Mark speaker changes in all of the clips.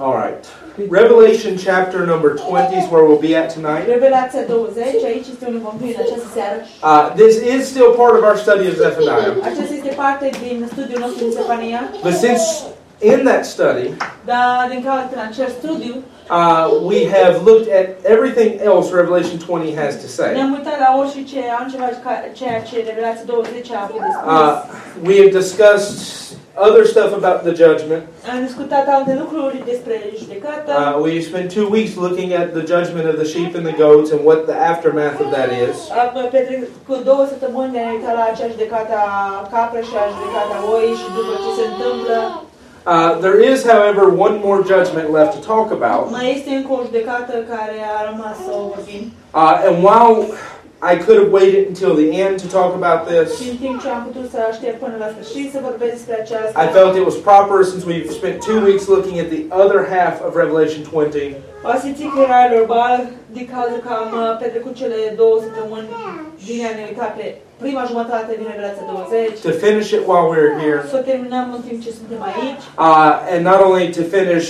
Speaker 1: All right. Revelation chapter number 20 is where we'll be at tonight.
Speaker 2: Revelația 20, aici este unde vom fi în această seară.
Speaker 1: Uh, this is still part of our study of Zephaniah.
Speaker 2: Aceasta este parte din studiul nostru din Stefania,
Speaker 1: But since in that study,
Speaker 2: dar din cauza că în acest studiu
Speaker 1: uh, we have looked at everything else Revelation 20 has to say.
Speaker 2: ne-am uitat la orice altceva ca- ceea ce Revelația 20 a avut de spus.
Speaker 1: Uh, we have discussed other stuff about the judgment.
Speaker 2: Am discutat alte lucruri despre judecată.
Speaker 1: Uh, we spent two weeks looking at the judgment of the sheep and the goats and what the aftermath of that is.
Speaker 2: Am petrecut două săptămâni ne-am uitat la acea judecată a capră și a judecată a oi și după ce se întâmplă.
Speaker 1: Uh, there is, however, one more judgment left to talk about.
Speaker 2: Mai este încă o judecată care a rămas să o vorbim.
Speaker 1: Uh, and while I could have waited until the end to talk about
Speaker 2: Și
Speaker 1: this,
Speaker 2: în timp ce am putut să aștept până la sfârșit să vorbesc despre aceasta,
Speaker 1: I felt it was proper since we've spent two weeks looking at the other half of Revelation 20
Speaker 2: a simțit că era normal din cauza că am uh, petrecut cele două săptămâni din a ne uita pe prima jumătate din Revelația 20.
Speaker 1: to finish it while we're here,
Speaker 2: Să terminăm în timp ce suntem aici
Speaker 1: uh, and not only to finish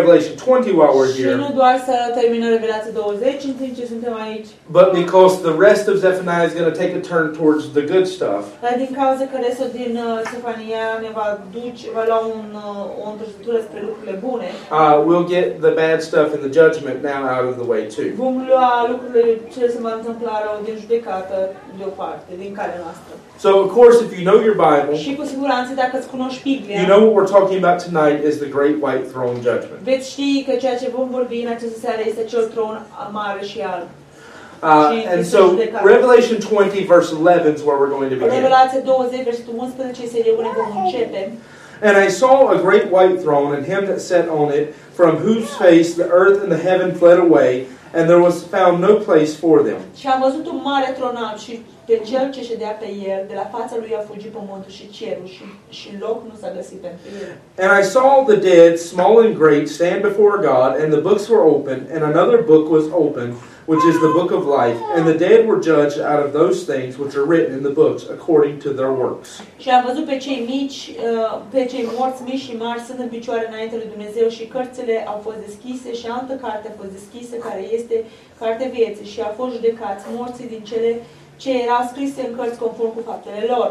Speaker 1: Revelation 20 while we're
Speaker 2: și
Speaker 1: here,
Speaker 2: nu doar să terminăm Revelația 20 în timp ce suntem aici,
Speaker 1: but because the rest of Zephaniah is going to take a turn towards the good stuff.
Speaker 2: dar din cauza că restul din uh, Stefania ne va duce, va lua un, uh, o întorsătură spre lucrurile bune.
Speaker 1: Uh, we'll get the bad stuff and the judgment now out of the way too.
Speaker 2: Vom lua lucrurile ce se va întâmpla rău din judecată deoparte, din calea noastră.
Speaker 1: So, of course, if you know your Bible,
Speaker 2: Și cu siguranță dacă îți cunoști Biblia,
Speaker 1: you know what we're talking about tonight is the Great White Throne Judgment.
Speaker 2: veți ști că ceea ce vom vorbi în această seară este acel tron mare și alb.
Speaker 1: Uh, and so, Revelation 20, verse 11 is where we're going to begin.
Speaker 2: Revelație 20, versetul 11 este de unde vom începe.
Speaker 1: And I saw a great white throne, and him that sat on it, from whose face the earth and the heaven fled away, and there was found no place for them.
Speaker 2: Și am văzut un mare tron alb și pe cel ce ședea pe el, de la fața lui a fugit pământul și cerul și, și loc nu s-a găsit pentru el.
Speaker 1: And I saw the dead, small and great, stand before God, and the books were opened, and another book was opened, which is the book of life. And the dead were judged out of those things which are written in the books, according to their works.
Speaker 2: Și am văzut pe cei mici, uh, pe cei morți mici și mari sunt în picioare înainte lui Dumnezeu și cărțile au fost deschise și altă carte a fost deschisă care este cartea vieții și a fost judecați morții din cele ce erau scrise în cărți conform cu faptele lor.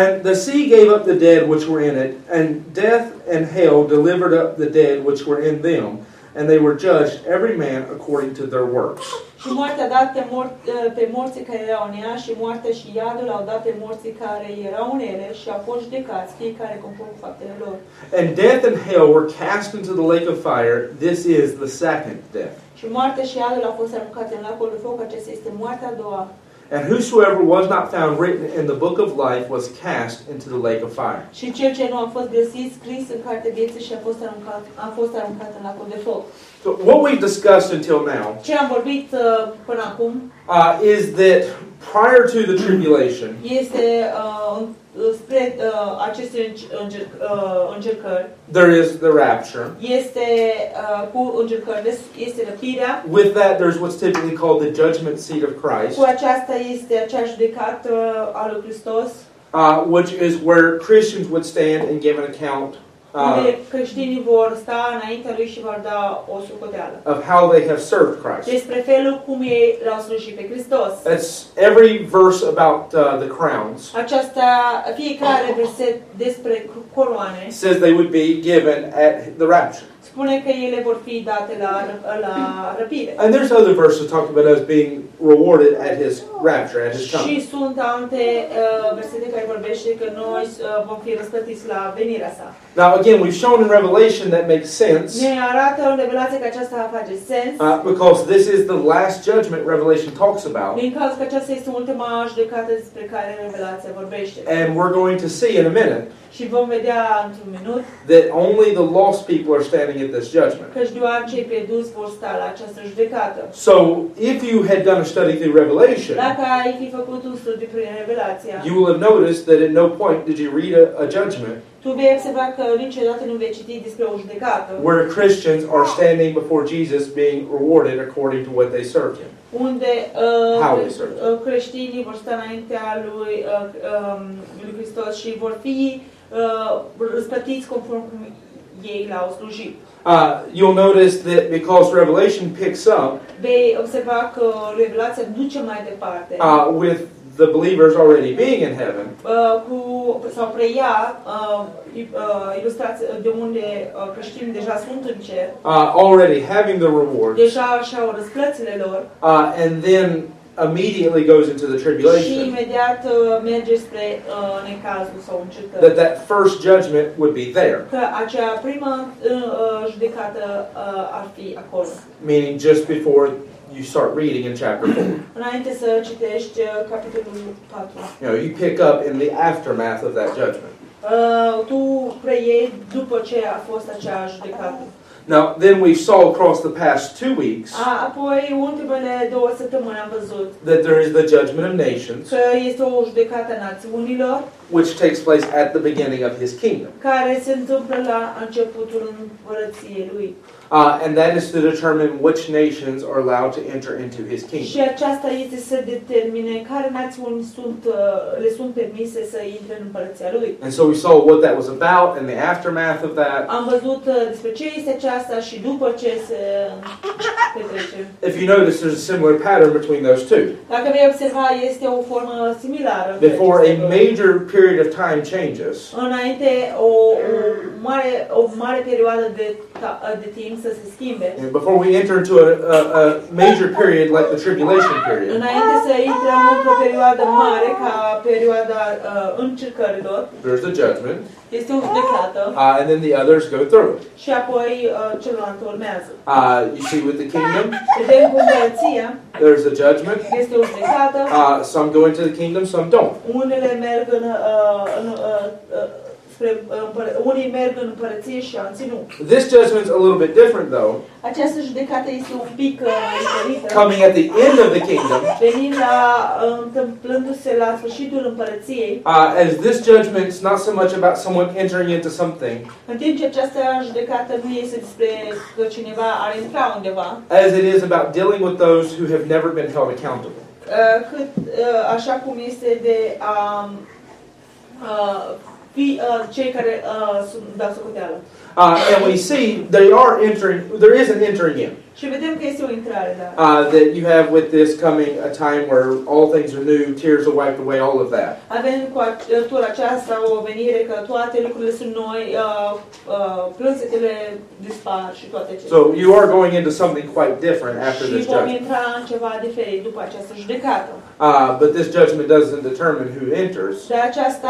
Speaker 1: And the sea gave up the dead which were in it, and death and hell delivered up the dead which were in them, and they were judged every man according to their works.
Speaker 2: Și moartea dat pe, mor- uh, pe morții care erau în ea și moartea și iadul au dat pe morții care erau în ele și au fost judecați fiecare conform cu faptele lor.
Speaker 1: And death and hell were cast into the lake of fire. This is the second death.
Speaker 2: Și moartea și iadul au fost aruncate în lacul de foc, acesta este moartea a doua.
Speaker 1: And whosoever was not found written in the book of life was cast into the lake of fire.
Speaker 2: Și cel ce nu a fost găsit scris în cartea vieții și a fost aruncat, a fost aruncat în lacul de foc.
Speaker 1: So what we've discussed until now
Speaker 2: Ce am vorbit uh, până acum
Speaker 1: uh, is that prior to the tribulation,
Speaker 2: este uh, în- spre uh, aceste înc- încerc- uh, încercări,
Speaker 1: there is the rapture.
Speaker 2: este uh, cu încercările, este răpirea,
Speaker 1: With that, there's what's typically called the judgment seat of Christ,
Speaker 2: cu aceasta este acea judecată a lui Hristos,
Speaker 1: uh, which is where Christians would stand and give an account uh,
Speaker 2: unde creștinii vor sta înaintea lui și vor da o sucoteală.
Speaker 1: of how they have served Christ.
Speaker 2: Despre felul cum ei l-au slujit pe Hristos.
Speaker 1: That's every verse about uh, the crowns.
Speaker 2: Aceasta, fiecare verset despre coroane
Speaker 1: says they would be given at the rapture.
Speaker 2: spune că ele vor fi date la, la răpire.
Speaker 1: And there's other verses that talk about us being rewarded at his rapture, at his coming.
Speaker 2: Și sunt alte uh, versete care vorbește că noi uh, vom fi răsplătiți la venirea sa.
Speaker 1: Now, again, we've shown in Revelation that makes sense
Speaker 2: Ne arată în Revelație că aceasta face sens,
Speaker 1: uh, because this is the last judgment Revelation talks about.
Speaker 2: din cauza că aceasta este ultima judecată despre care Revelația vorbește.
Speaker 1: And we're going to see in a minute
Speaker 2: Și vom vedea într-un minut
Speaker 1: that only the lost people are standing at this judgment.
Speaker 2: că doar cei pierduți vor sta la această judecată.
Speaker 1: So, if you had done a study through Revelation,
Speaker 2: Dacă ai fi făcut un studiu prin Revelația,
Speaker 1: you will have noticed that at no point did you read a, a judgment
Speaker 2: Tu vei observa că niciodată nu vei citi despre o judecată
Speaker 1: where Christians are standing before Jesus being rewarded according to what they served him.
Speaker 2: unde uh,
Speaker 1: How
Speaker 2: cre-
Speaker 1: is it?
Speaker 2: uh, creștinii vor sta înaintea lui, uh, um, lui Hristos și vor fi uh, răsplătiți conform cum ei l-au slujit.
Speaker 1: Uh, you'll notice that because Revelation picks up
Speaker 2: Vei observa că Revelația duce mai departe.
Speaker 1: uh, with the believers already being in heaven,
Speaker 2: Uh, cu, sau preia uh, i- uh, ilustrație de unde uh, creștinii deja sunt în cer,
Speaker 1: uh, already having the reward,
Speaker 2: deja și-au răsplățile lor
Speaker 1: uh, and then immediately goes into the
Speaker 2: și
Speaker 1: tribulation,
Speaker 2: imediat uh, merge spre uh, necazul sau încetări.
Speaker 1: that that first judgment would be there,
Speaker 2: Că acea primă uh, uh, judecată uh, ar fi acolo.
Speaker 1: meaning just before you start reading in chapter 4. You
Speaker 2: Înainte să citești uh, capitolul 4,
Speaker 1: know, you pick up in the aftermath of that judgment.
Speaker 2: uh, tu preiei după ce a fost acea judecată.
Speaker 1: Now, then we saw across the past two weeks
Speaker 2: A, apoi, ultimele două săptămâni am văzut
Speaker 1: that there is the judgment of nations,
Speaker 2: că este o judecată a națiunilor
Speaker 1: which takes place at the beginning of his kingdom.
Speaker 2: care se întâmplă la începutul împărăției lui.
Speaker 1: Uh, and that is to determine which nations are allowed to enter into his
Speaker 2: Și
Speaker 1: kingdom.
Speaker 2: aceasta este să determine care națiuni sunt, uh, le sunt permise să intre în împărăția lui.
Speaker 1: And so we saw what that was about and the aftermath of that.
Speaker 2: Am văzut uh, despre ce este aceasta și după ce se petrece.
Speaker 1: If you notice, there's a similar pattern between those two.
Speaker 2: Dacă vei observa, este o formă similară. între
Speaker 1: Before a
Speaker 2: aceste două.
Speaker 1: major period of time changes,
Speaker 2: Înainte, o, o, mare, o mare perioadă de, ta- de timp să se schimbe.
Speaker 1: and before we enter into a, a, a major period like the tribulation period,
Speaker 2: Înainte să intrăm într-o perioadă mare, ca perioada uh, încercărilor,
Speaker 1: there's the judgment,
Speaker 2: este o judecată
Speaker 1: uh, and then the others go through it.
Speaker 2: și apoi uh, celălalt urmează.
Speaker 1: Uh, you see, with the kingdom,
Speaker 2: Vedem cum împărăția
Speaker 1: there's a judgment.
Speaker 2: este o judecată,
Speaker 1: Uh, some go into the kingdom, some don't.
Speaker 2: unele merg în, uh, în uh, uh, spre împăr- unii merg în împărăție și alții nu.
Speaker 1: This judgment's a little bit different, though,
Speaker 2: Această judecată este un pic uh, diferită.
Speaker 1: coming at the end of the kingdom.
Speaker 2: Venind la, uh, întâmplându-se la sfârșitul împărăției,
Speaker 1: Uh, as this judgment's not so much about someone entering into something
Speaker 2: în timp ce această judecată nu este despre că cineva ar intra undeva,
Speaker 1: as it is about dealing with those who have never been held accountable.
Speaker 2: Uh, cât uh, așa cum este de a uh, fi uh, cei care uh, sunt dați socoteală.
Speaker 1: Uh, and we see they are entering, there is an entering in
Speaker 2: Și vedem că este o intrare, da.
Speaker 1: uh, that you have with this coming a time where all things are new, tears are wiped away, all of that.
Speaker 2: Avem cu tura aceasta o venire că toate lucrurile sunt noi, uh, uh, plânsetele dispar și toate acestea.
Speaker 1: So you are going into something quite different after
Speaker 2: și
Speaker 1: this
Speaker 2: vom
Speaker 1: judgment.
Speaker 2: intra în ceva diferit după această judecată.
Speaker 1: Uh, but this judgment doesn't determine who enters.
Speaker 2: Și această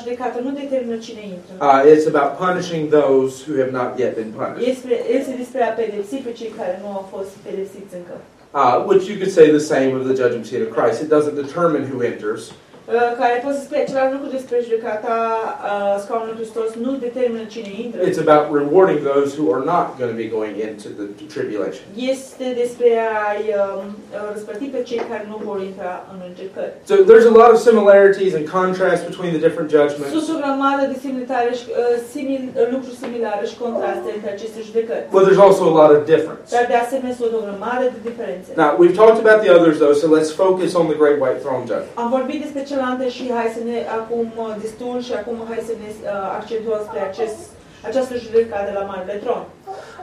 Speaker 2: judecată nu determină cine intră.
Speaker 1: Uh, it's about punishing those who have not yet been punished,
Speaker 2: Este, este despre a pedepsi pe cei care nu au fost pedepsiți încă.
Speaker 1: uh, which you could say the same of the judgment seat of Christ. It doesn't determine who enters,
Speaker 2: Uh, care pot să spune același lucru despre judecata uh, scaunului Hristos, nu determină cine intră.
Speaker 1: It's about rewarding those who are not going to be going into the tribulation.
Speaker 2: Este despre a-i um, răspăti pe cei care nu vor intra în încercări.
Speaker 1: So there's a lot of similarities and contrasts between the different judgments.
Speaker 2: Sunt o grămadă de similitare și, uh, simil, lucruri similare și contraste între aceste judecăți.
Speaker 1: But there's also a lot of difference.
Speaker 2: Dar de asemenea sunt o grămadă de diferențe.
Speaker 1: Now, we've talked about the others though, so let's focus on the great white throne judgment.
Speaker 2: Am vorbit despre celelalte și hai să ne acum uh, destul și acum hai să ne uh, accentuăm spre acest, această judecată la Marele Tron.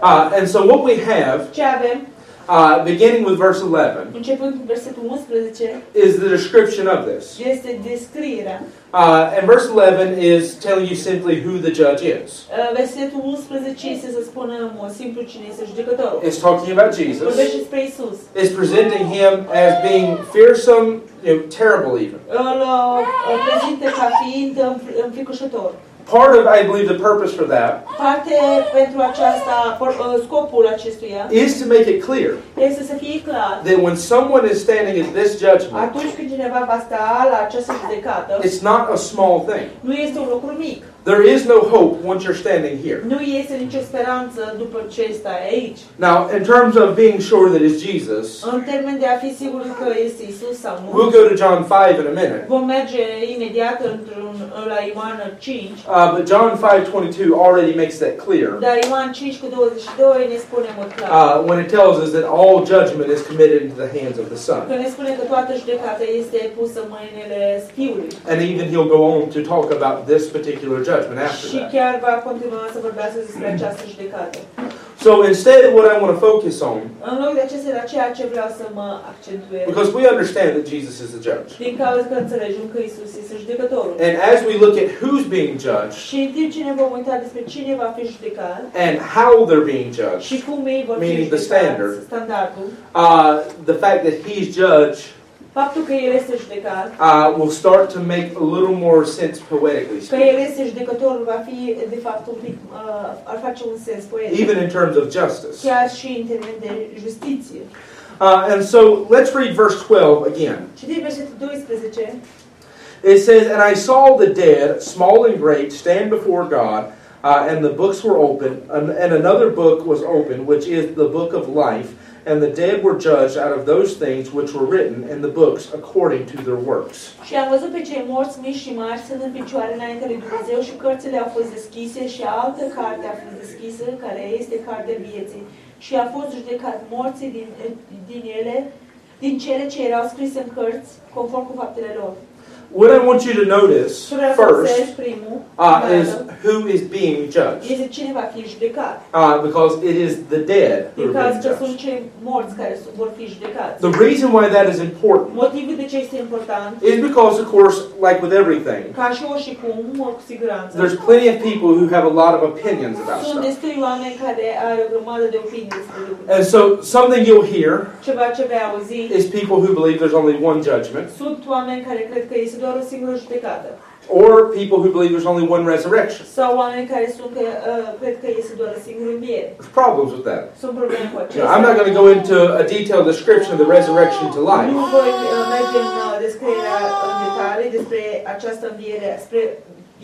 Speaker 1: Uh, and so what we have,
Speaker 2: Ce avem,
Speaker 1: uh, beginning with verse 11,
Speaker 2: începând cu versetul 11,
Speaker 1: is the description of this.
Speaker 2: este descrierea.
Speaker 1: Uh, and verse 11 is telling you simply who the judge is.
Speaker 2: Uh, Versetul 11 este să spună în mod simplu cine este judecătorul.
Speaker 1: It's talking about Jesus.
Speaker 2: Vorbește despre Isus.
Speaker 1: It's presenting him as being fearsome, you know, terrible even.
Speaker 2: Îl uh, îl prezintă ca fiind înf- înfricoșător.
Speaker 1: Part of, I believe, the purpose for that
Speaker 2: Parte pentru aceasta, por- uh, scopul acestuia
Speaker 1: is to make it clear
Speaker 2: este să fie clar.
Speaker 1: that when someone is standing at this judgment,
Speaker 2: Atunci când cineva va sta la această judecată,
Speaker 1: it's not a small thing.
Speaker 2: nu este un lucru mic.
Speaker 1: There is no hope once you're standing here.
Speaker 2: Nu este nicio speranță după ce stai aici.
Speaker 1: Now, in terms of being sure that it's Jesus,
Speaker 2: În termen de a fi sigur că este Isus sau nu,
Speaker 1: we'll go to John 5 in a minute.
Speaker 2: vom merge imediat într-un, la Ioan 5,
Speaker 1: Uh, but John 5:22 already makes that clear
Speaker 2: Dar Da, Ioan 5 cu 22 ne spune în mod clar.
Speaker 1: uh, when it tells us that all judgment is committed into the hands of the Son.
Speaker 2: Că ne spune că toată judecata este pusă în mâinile fiului.
Speaker 1: And even he'll go on to talk about this particular judgment after
Speaker 2: Și
Speaker 1: that. Mm.
Speaker 2: chiar va continua să vorbească despre această judecată.
Speaker 1: So instead, what I want to focus on,
Speaker 2: În loc de acesta era ceea ce vreau să mă accentuez.
Speaker 1: because we understand that Jesus is the judge.
Speaker 2: Din cauza că înțelegem că Isus este judecătorul.
Speaker 1: And as we look at who's being judged
Speaker 2: Și în timp ce ne vom uita despre cine va fi judecat
Speaker 1: and how they're being
Speaker 2: și
Speaker 1: judged,
Speaker 2: cum ei vor fi
Speaker 1: Meaning the standard.
Speaker 2: judecați, standardul,
Speaker 1: uh, the fact that he's judged
Speaker 2: faptul că El este judecat,
Speaker 1: uh, will start to make a little more sense poetically
Speaker 2: că El
Speaker 1: speaking,
Speaker 2: este judecătorul va fi de fapt un pic, uh, ar face un sens poetic.
Speaker 1: even in terms of justice.
Speaker 2: Chiar și în termen de justiție.
Speaker 1: Uh, and so let's read verse 12 again.
Speaker 2: Citim versetul 12.
Speaker 1: It says, And I saw the dead, small and great, stand before God, uh, and the books were open, and, and another book was open, which is the book of life. And the dead were judged out of those things which were written in the books according to their works.
Speaker 2: Și am văzut pe cei morți mici și mari stând în picioare înainte lui Dumnezeu și cărțile au fost deschise și altă carte a fost deschisă, care este cartea vieții. Și a fost judecat morții din, din ele, din cele ce erau scrise în cărți, conform cu faptele lor.
Speaker 1: What I want you to notice
Speaker 2: Și vreau să observi
Speaker 1: first
Speaker 2: primul,
Speaker 1: uh,
Speaker 2: mai
Speaker 1: is
Speaker 2: ales,
Speaker 1: who is being judged,
Speaker 2: este cine va fi judecat.
Speaker 1: uh, because it is the dead
Speaker 2: Din
Speaker 1: who are being
Speaker 2: caz că sunt
Speaker 1: judged.
Speaker 2: cei morți care sunt- vor fi judecați.
Speaker 1: The reason why that is important
Speaker 2: Motivul de ce este important,
Speaker 1: is because, of course, like with everything,
Speaker 2: ca și și cum, mor cu siguranță,
Speaker 1: there's plenty of people who have a lot of opinions about
Speaker 2: Sunt
Speaker 1: stuff.
Speaker 2: destui oameni care are o grămadă de opinii despre lucruri.
Speaker 1: And so something you'll hear
Speaker 2: Ceva ce vei auzi.
Speaker 1: is people who believe there's only one judgment,
Speaker 2: Sunt oameni care cred că este doar o singură judecată.
Speaker 1: or people who believe there's only one resurrection.
Speaker 2: Sau oameni care sunt că, uh, cred că este doar o singură înviere.
Speaker 1: There's problems with that.
Speaker 2: Sunt probleme cu
Speaker 1: You know, I'm not
Speaker 2: acestea.
Speaker 1: going to go into a detailed description of the resurrection to
Speaker 2: Nu
Speaker 1: life,
Speaker 2: voi uh, merge în uh, descrierea în detalii despre această înviere, spre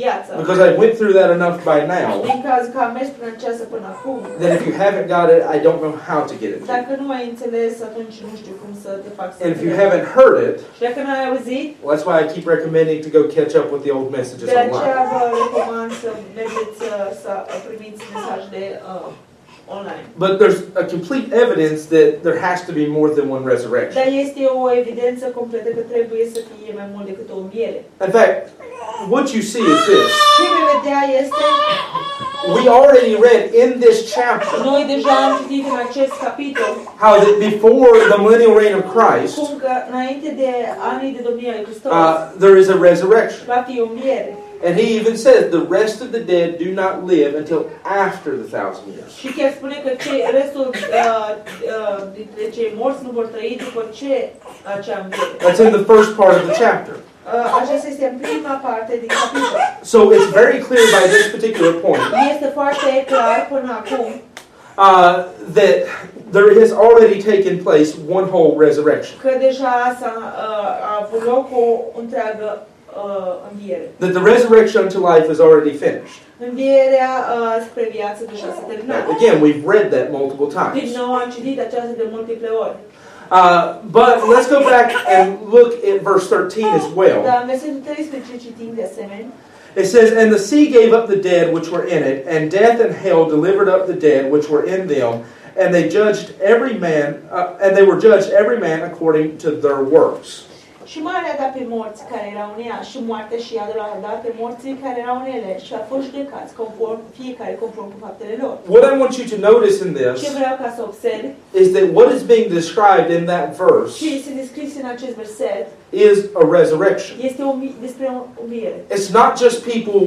Speaker 2: viață.
Speaker 1: because I went through that enough by now
Speaker 2: Din caz că am mers prin aceasta până acum,
Speaker 1: that if you haven't got it, I don't know how to get it. to you.
Speaker 2: dacă nu ai înțeles, atunci nu știu cum să te fac să
Speaker 1: And if you
Speaker 2: înțelegi.
Speaker 1: haven't heard it,
Speaker 2: Și dacă nu ai auzit,
Speaker 1: well, that's why I keep recommending to go catch up with the old messages
Speaker 2: De aceea
Speaker 1: online.
Speaker 2: vă recomand să mergeți uh, să primiți mesaje uh, online.
Speaker 1: But there's a complete evidence that there has to be more than one resurrection.
Speaker 2: Dar este o evidență completă că trebuie să fie mai mult decât o înviere.
Speaker 1: In fact, what you see is this.
Speaker 2: Ce vei vedea este,
Speaker 1: We already read in this chapter
Speaker 2: noi deja am citit în acest capitol,
Speaker 1: how that before the millennial reign of Christ,
Speaker 2: cum că înainte de anii de domnia lui Hristos,
Speaker 1: uh, there is a resurrection.
Speaker 2: va fi o înviere.
Speaker 1: And he even says the rest of the dead do not live until after the thousand years.
Speaker 2: Și chiar spune că cei, restul uh, uh, dintre cei morți nu vor trăi după ce acea înviere.
Speaker 1: That's in the first part of the chapter.
Speaker 2: Uh, aceasta este în prima parte din capitol.
Speaker 1: So it's very clear by this particular point
Speaker 2: Este foarte clar până acum
Speaker 1: uh, that there has already taken place one whole resurrection.
Speaker 2: că deja s-a, uh, a avut loc o întreagă uh, înviere.
Speaker 1: That the resurrection unto life is already finished.
Speaker 2: Învierea uh, spre viață deja s-a terminat.
Speaker 1: Now, again, we've read that multiple
Speaker 2: Din
Speaker 1: times.
Speaker 2: nou am citit aceasta de multiple ori.
Speaker 1: Uh, but let's go back and look at verse 13 as well.
Speaker 2: Dar Da, în versetul 13 citim de asemenea.
Speaker 1: It says, And the sea gave up the dead which were in it, and death and hell delivered up the dead which were in them, and they judged every man, uh, and they were judged every man according to their works.
Speaker 2: Și marea da pe morți care erau în ea și moartea și iadul a dat pe morții care erau în ele și a fost judecați conform fiecare conform cu faptele lor.
Speaker 1: What I want you to notice in
Speaker 2: Ce
Speaker 1: this
Speaker 2: vreau ca să observ
Speaker 1: is that what is being described in that verse
Speaker 2: ce este descris în acest verset
Speaker 1: is a resurrection.
Speaker 2: este o, mi- despre o înviere.
Speaker 1: It's not just people,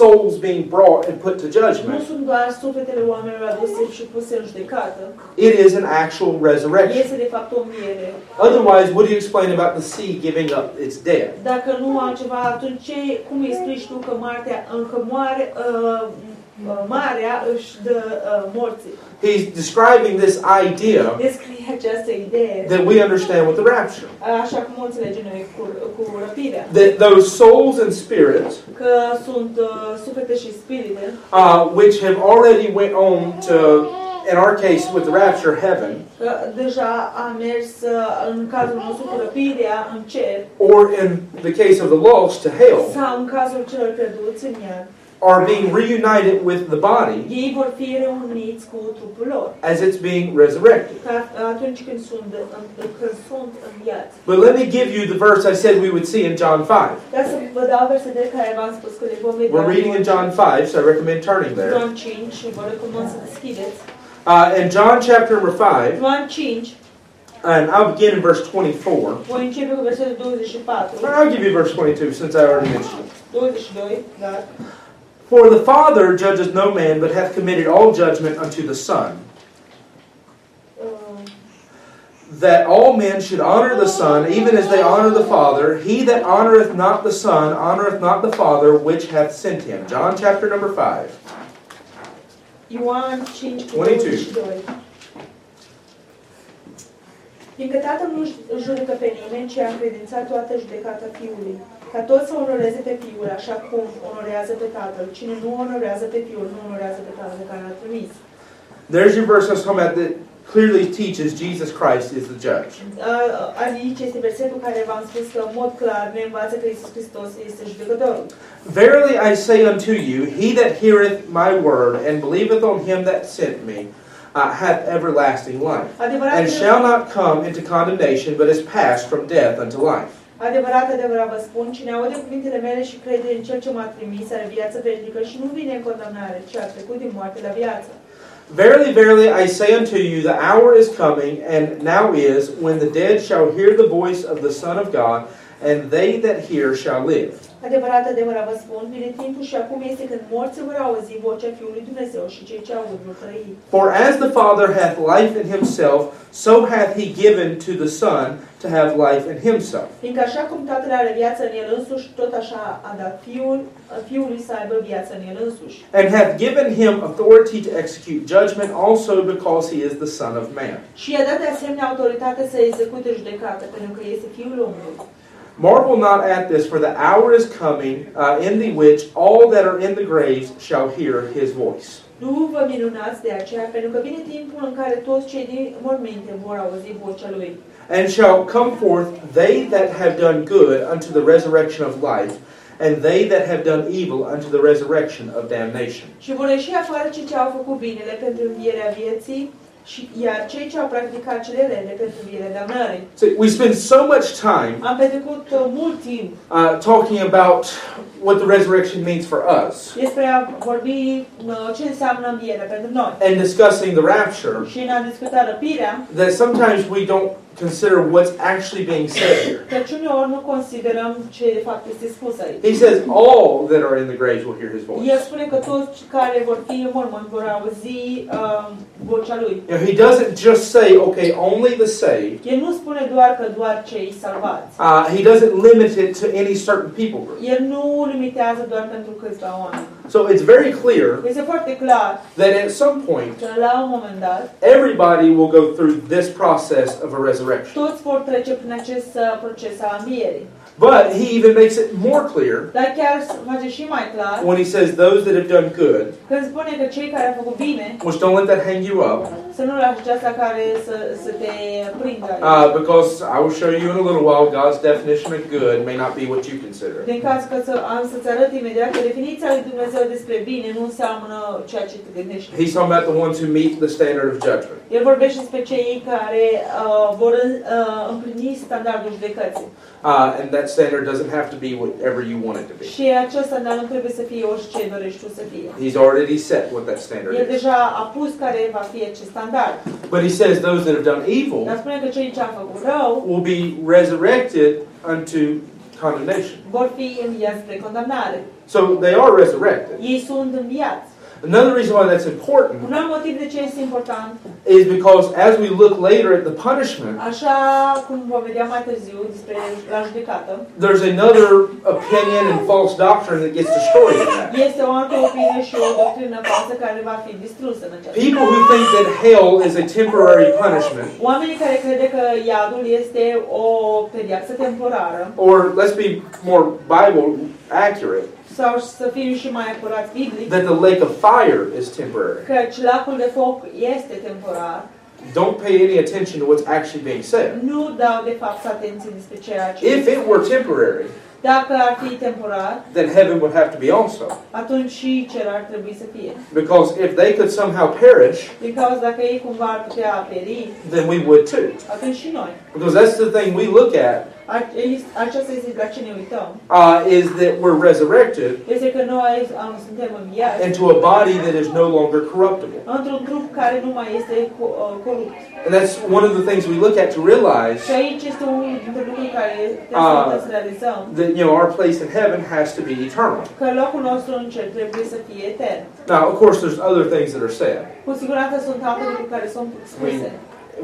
Speaker 1: souls being brought and put to
Speaker 2: Nu
Speaker 1: judgment,
Speaker 2: sunt doar sufletele oamenilor aduse și puse în judecată,
Speaker 1: it is an actual resurrection.
Speaker 2: Este de fapt o miere.
Speaker 1: Otherwise, what do you explain about the sea giving up its dead?
Speaker 2: Dacă nu altceva, atunci ce, cum îi spui tu că Martea încă moare, uh, uh, marea își dă uh, morții?
Speaker 1: He's describing this idea
Speaker 2: Descrie această idee,
Speaker 1: that we understand with the rapture.
Speaker 2: așa cum o înțelegem noi cu, cu răpirea,
Speaker 1: that those souls and spirits
Speaker 2: că sunt uh, suflete și spirite
Speaker 1: uh, which have already went on to in our case with the rapture heaven
Speaker 2: că deja a mers uh, în cazul nostru cu răpirea în cer
Speaker 1: or in the case of the lost to hell
Speaker 2: sau în cazul celor pierduți în iad.
Speaker 1: are being reunited with the body
Speaker 2: Ei vor fi reuniți cu trupul lor
Speaker 1: as it's being resurrected
Speaker 2: ca atunci când sunt, în, când sunt în iad.
Speaker 1: but let me give you the verse i said we would see in john 5
Speaker 2: Ca să vă dau versetele care v-am spus că le vom vedea.
Speaker 1: we're reading in john 5 so i recommend turning there
Speaker 2: John 5 și vă recomand să deschideți.
Speaker 1: Uh, in John chapter number 5,
Speaker 2: Ioan 5,
Speaker 1: and I'll begin in verse 24.
Speaker 2: voi începe cu versetul 24,
Speaker 1: Or I'll give you verse 22 since I already mentioned it.
Speaker 2: 22, da.
Speaker 1: For the Father judges no man, but hath committed all judgment unto the Son,
Speaker 2: Uh,
Speaker 1: that all men should honor the Son, even as they honor the Father. He that honoreth not the Son honoreth not the Father which hath sent him. John chapter number 5.
Speaker 2: Ioan 5 cu
Speaker 1: 22.
Speaker 2: 22. Fiindcă Tatăl nu își judecă pe nimeni, ci a încredințat toată judecata Fiului. Ca toți să onoreze pe Fiul, așa cum onorează pe Tatăl. Cine nu onorează pe Fiul, nu onorează pe Tatăl care l-a trimis.
Speaker 1: There's your verse I was talking about that clearly teaches Jesus Christ is the judge.
Speaker 2: Uh, Aici este versetul care v-am spus că, în mod clar, ne învață că Iisus Hristos este judecătorul.
Speaker 1: Verily I say unto you, he that heareth my word and believeth on him that sent me uh, hath everlasting life.
Speaker 2: Adevărat,
Speaker 1: and shall not come into condemnation, but is passed from death unto life.
Speaker 2: Adevărat, adevărat vă spun, cine aude cuvintele mele și crede în cel ce m-a trimis are viață veșnică și nu vine în condamnare, ci a trecut din moarte la viață.
Speaker 1: Verily, verily, I say unto you, the hour is coming, and now is, when the dead shall hear the voice of the Son of God, and they that hear shall live.
Speaker 2: Adevărat, adevărat vă spun, vine timpul și acum este când morții vor auzi vocea Fiului Dumnezeu și cei ce aud vor trăi.
Speaker 1: For as the Father hath life in himself, so hath he given to the Son to have life in himself.
Speaker 2: Fiindcă așa cum Tatăl are viață în El însuși, tot așa a dat Fiul, Fiului să aibă viață în El însuși.
Speaker 1: And hath given him authority to execute judgment also because he is the Son of Man.
Speaker 2: Și i-a dat de asemenea autoritate să execute judecată, pentru că este Fiul omului.
Speaker 1: Marvel not at this, for the hour is coming uh, in the which all that are in the graves shall hear his voice.
Speaker 2: Nu vă minunați de aceea, pentru că vine timpul în care toți cei din morminte vor auzi vocea lui.
Speaker 1: And shall come forth they that have done good unto the resurrection of life, and they that have done evil unto the resurrection of damnation.
Speaker 2: Și vor ieși afară cei ce au făcut binele pentru învierea vieții, și, iar cei ce au practicat cele rele pentru învierea damnării.
Speaker 1: So we spend so much time
Speaker 2: Am petrecut uh, mult timp
Speaker 1: uh, talking about what the resurrection means for us
Speaker 2: despre a vorbi uh, ce înseamnă învierea pentru noi.
Speaker 1: and discussing the rapture
Speaker 2: Și în a discuta răpirea,
Speaker 1: that sometimes we don't consider what's actually being said here.
Speaker 2: căci uneori nu considerăm ce de fapt este spus aici.
Speaker 1: He says, All that are in the graves will hear his voice.
Speaker 2: El spune că toți care vor fi în mormânt vor auzi uh, vocea lui.
Speaker 1: You know, he doesn't just say, okay, only the saved.
Speaker 2: El nu spune doar că doar cei salvați.
Speaker 1: Uh, he doesn't limit it to any certain people group.
Speaker 2: El nu limitează doar pentru câțiva oameni.
Speaker 1: So it's very clear
Speaker 2: Este foarte clar
Speaker 1: that at some point,
Speaker 2: că la un moment dat
Speaker 1: everybody will go through this process of a resurrection.
Speaker 2: toți vor trece prin acest uh, proces a învierii.
Speaker 1: But he even makes it more clear
Speaker 2: Dar chiar s- face și mai clar
Speaker 1: when he says, those that have done good,
Speaker 2: când spune că cei care au făcut bine
Speaker 1: which don't let that hang you up,
Speaker 2: să nu lași aceasta care să, să te prindă. aici.
Speaker 1: uh, because I will show you in a little while, God's definition of good may not be what you consider.
Speaker 2: Din caz că să, am să-ți arăt imediat că definiția lui Dumnezeu despre bine nu înseamnă ceea ce te gândești.
Speaker 1: He's talking about the ones who meet the standard of judgment.
Speaker 2: El vorbește despre cei care uh, vor uh, împlini standardul judecății.
Speaker 1: Uh, and that standard doesn't have to be whatever you want it to be.
Speaker 2: Și acest standard nu trebuie să fie orice dorești tu să fie.
Speaker 1: He's already set what that standard
Speaker 2: El
Speaker 1: is.
Speaker 2: deja a pus care va fi acest standard.
Speaker 1: But he says those that have done evil
Speaker 2: Dar spune că cei ce au făcut rău
Speaker 1: will be resurrected unto condemnation.
Speaker 2: vor fi înviați spre condamnare.
Speaker 1: So they are resurrected.
Speaker 2: Ei sunt înviați.
Speaker 1: Another reason why that's
Speaker 2: Un
Speaker 1: important
Speaker 2: alt motiv de ce este important,
Speaker 1: is because as we look later at the punishment,
Speaker 2: așa cum vom vedea mai târziu despre la judecată,
Speaker 1: there's another opinion and false doctrine that gets destroyed in that.
Speaker 2: este o altă opinie și o doctrină falsă care va fi distrusă în această.
Speaker 1: People who think that hell is a temporary punishment,
Speaker 2: Oamenii care crede că iadul este o pedeapsă temporară,
Speaker 1: or let's be more Bible accurate,
Speaker 2: sau să fim și mai acurați biblic,
Speaker 1: that the lake of fire is temporary.
Speaker 2: căci lacul de foc este temporar,
Speaker 1: Don't pay any attention to what's actually being said.
Speaker 2: nu dau de fapt atenție despre ceea ce
Speaker 1: If it were temporary,
Speaker 2: Dacă ar fi temporar,
Speaker 1: then heaven would have to be also.
Speaker 2: atunci și cer ar trebui să fie.
Speaker 1: Because if they could somehow perish,
Speaker 2: Din cauza dacă ei cumva ar putea aperi,
Speaker 1: then we would too.
Speaker 2: atunci și noi.
Speaker 1: Because that's the thing we look at
Speaker 2: Acest- Aceasta este la ce ne uităm.
Speaker 1: uh, is that we're resurrected
Speaker 2: Este că noi am, suntem înviați
Speaker 1: into a body that is no longer corruptible.
Speaker 2: într-un trup care nu mai este co- uh, corupt.
Speaker 1: And that's one of the things we look at to realize
Speaker 2: Și aici este unul dintre lucruri care trebuie
Speaker 1: Ah.
Speaker 2: să să realizăm.
Speaker 1: that you know our place in heaven has to be eternal.
Speaker 2: Că locul nostru în cer trebuie să fie etern.
Speaker 1: Now, of course, there's other things that are said.
Speaker 2: Cu siguranță sunt alte lucruri care sunt spuse.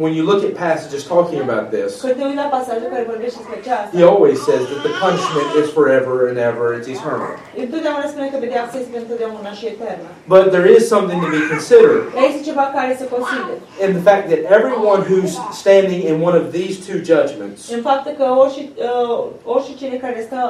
Speaker 1: When you look at passages talking about this,
Speaker 2: Când te uiți la pasajul care vorbește despre aceasta,
Speaker 1: he always says that the punishment is forever and ever; it's eternal.
Speaker 2: întotdeauna spune că pedeapsa este întotdeauna și eternă.
Speaker 1: But there is something to be considered
Speaker 2: Dar Este ceva care se consideră.
Speaker 1: in the fact that everyone who's standing in one of these two judgments
Speaker 2: În faptul că orice, uh, orice cine care stă,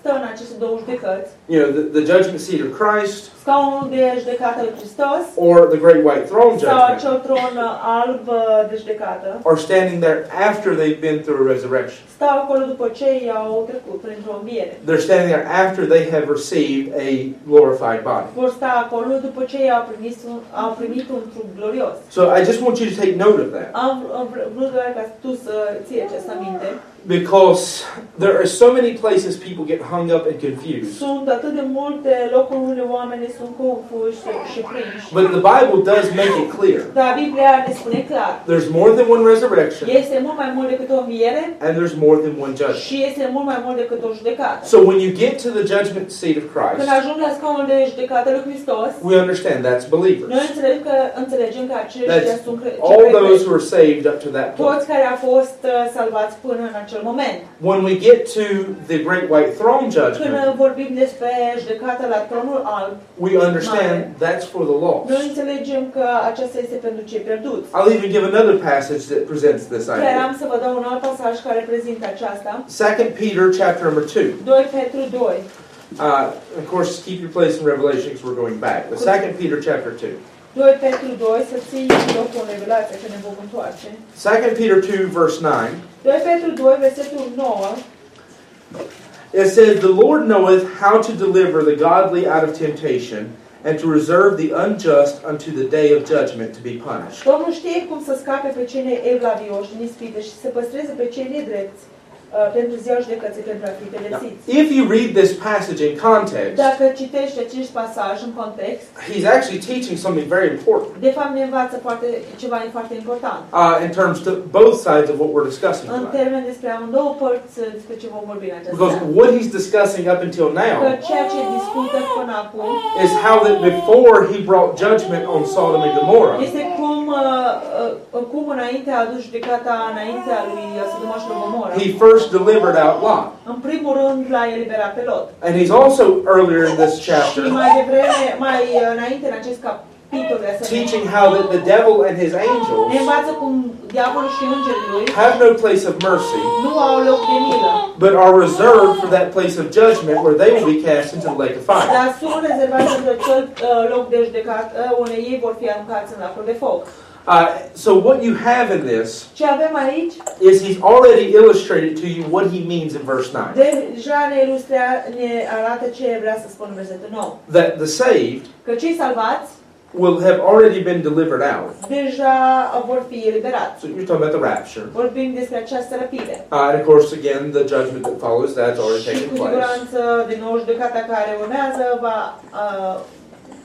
Speaker 2: stă în aceste două judecăți,
Speaker 1: you know, the, the judgment seat of Christ
Speaker 2: scaunul de judecată lui Hristos
Speaker 1: or the great white throne
Speaker 2: sau
Speaker 1: judgment,
Speaker 2: acel tron uh, alb uh, de judecată,
Speaker 1: are standing there after they've been through a resurrection.
Speaker 2: stau acolo după ce i-au trecut printr-o înviere.
Speaker 1: They're standing there after they have received a glorified body.
Speaker 2: Vor sta acolo după ce i-au primit un, au primit un trup glorios.
Speaker 1: So I just want you to take note of that
Speaker 2: Am, am vr- vrut doar ca tu să ții această aminte.
Speaker 1: because there are so many places people get hung up and confused.
Speaker 2: Sunt atât de multe locuri unde oamenii sunt confuși și prinși.
Speaker 1: But the Bible does make it clear
Speaker 2: Dar Biblia ne spune clar.
Speaker 1: there's more than one resurrection
Speaker 2: Este mult mai mult decât o înviere
Speaker 1: and there's more than one judgment.
Speaker 2: și este mult mai mult decât o judecată.
Speaker 1: So when you get to the judgment seat of
Speaker 2: Când
Speaker 1: Christ,
Speaker 2: ajung la scaunul de judecată lui Hristos,
Speaker 1: we understand that's
Speaker 2: noi
Speaker 1: believers.
Speaker 2: înțelegem că, înțelegem că aceștia
Speaker 1: That's
Speaker 2: sunt cre-
Speaker 1: all
Speaker 2: cei
Speaker 1: those
Speaker 2: care-
Speaker 1: who are saved up to that point.
Speaker 2: toți care au fost uh, salvați până în acel moment.
Speaker 1: When we get to the great white throne judgment,
Speaker 2: Când uh, vorbim despre judecata la tronul alb,
Speaker 1: we understand that's for the
Speaker 2: noi
Speaker 1: lost.
Speaker 2: înțelegem că aceasta este pentru cei pierduți.
Speaker 1: I'll even give another passage that presents this
Speaker 2: Chiar
Speaker 1: idea.
Speaker 2: am să vă dau un alt pasaj care prezintă aceasta.
Speaker 1: 2 Peter chapter number 2.
Speaker 2: 2 Petru 2.
Speaker 1: Uh, of course, keep your place in Revelation because we're going back. But 2 Peter chapter 2.
Speaker 2: 2 Petru 2, să ții locul în revelație, că ne vom întoarce.
Speaker 1: 2 Peter 2 verse 9.
Speaker 2: 2 Petru 2, versetul 9,
Speaker 1: It says, The Lord knoweth how to deliver the godly out of temptation and to reserve the unjust unto the day of judgment to be punished.
Speaker 2: Domnul știe cum să scape pe cine evlavioși din ispită și să păstreze pe cei nedrepți uh, pentru ziua judecății pentru a fi
Speaker 1: Now,
Speaker 2: pedepsiți.
Speaker 1: if you read this passage in context,
Speaker 2: Dacă citești acest pasaj în context,
Speaker 1: he's actually teaching something very important.
Speaker 2: de fapt ne învață foarte, ceva foarte important.
Speaker 1: uh, in terms to both sides of what we're discussing
Speaker 2: În
Speaker 1: tonight.
Speaker 2: termen despre amândouă părți uh, despre ce vom vorbi în această
Speaker 1: Because
Speaker 2: seară.
Speaker 1: what he's discussing up until
Speaker 2: Că
Speaker 1: now
Speaker 2: ceea ce discută până acum
Speaker 1: is how that before he brought judgment on Sodom and Gomorrah,
Speaker 2: Este cum, uh, uh, cum înainte a adus judecata înaintea lui Sodoma și lui Gomorra.
Speaker 1: he first delivered out Lot.
Speaker 2: În primul rând l-a eliberat pe Lot.
Speaker 1: And he's also earlier in this
Speaker 2: Și
Speaker 1: chapter
Speaker 2: mai devreme, mai uh, înainte în acest capitol de asemenea,
Speaker 1: teaching how that the devil and his
Speaker 2: ne
Speaker 1: angels
Speaker 2: învață cum diavolul și îngerii lui
Speaker 1: have no place of mercy,
Speaker 2: nu au loc de milă,
Speaker 1: but are reserved for that place of judgment where they will be cast into the lake of fire.
Speaker 2: dar sunt rezervați pentru acel uh, loc de judecată unde ei vor fi aruncați în lacul de foc.
Speaker 1: Uh, so what you have in this
Speaker 2: Ce avem aici?
Speaker 1: is he's already illustrated to you what he means in verse 9.
Speaker 2: Deja ne, ilustrea, ne arată ce vrea să spun versetul 9.
Speaker 1: That the saved
Speaker 2: Că cei salvați
Speaker 1: will have already been delivered out.
Speaker 2: deja vor fi eliberați.
Speaker 1: So you're talking about the rapture.
Speaker 2: Vorbim despre această răpire.
Speaker 1: Uh, and of course, again, the judgment that follows that's already
Speaker 2: Și
Speaker 1: taken
Speaker 2: cu
Speaker 1: place.
Speaker 2: siguranță, din nou, judecata care urmează va, uh,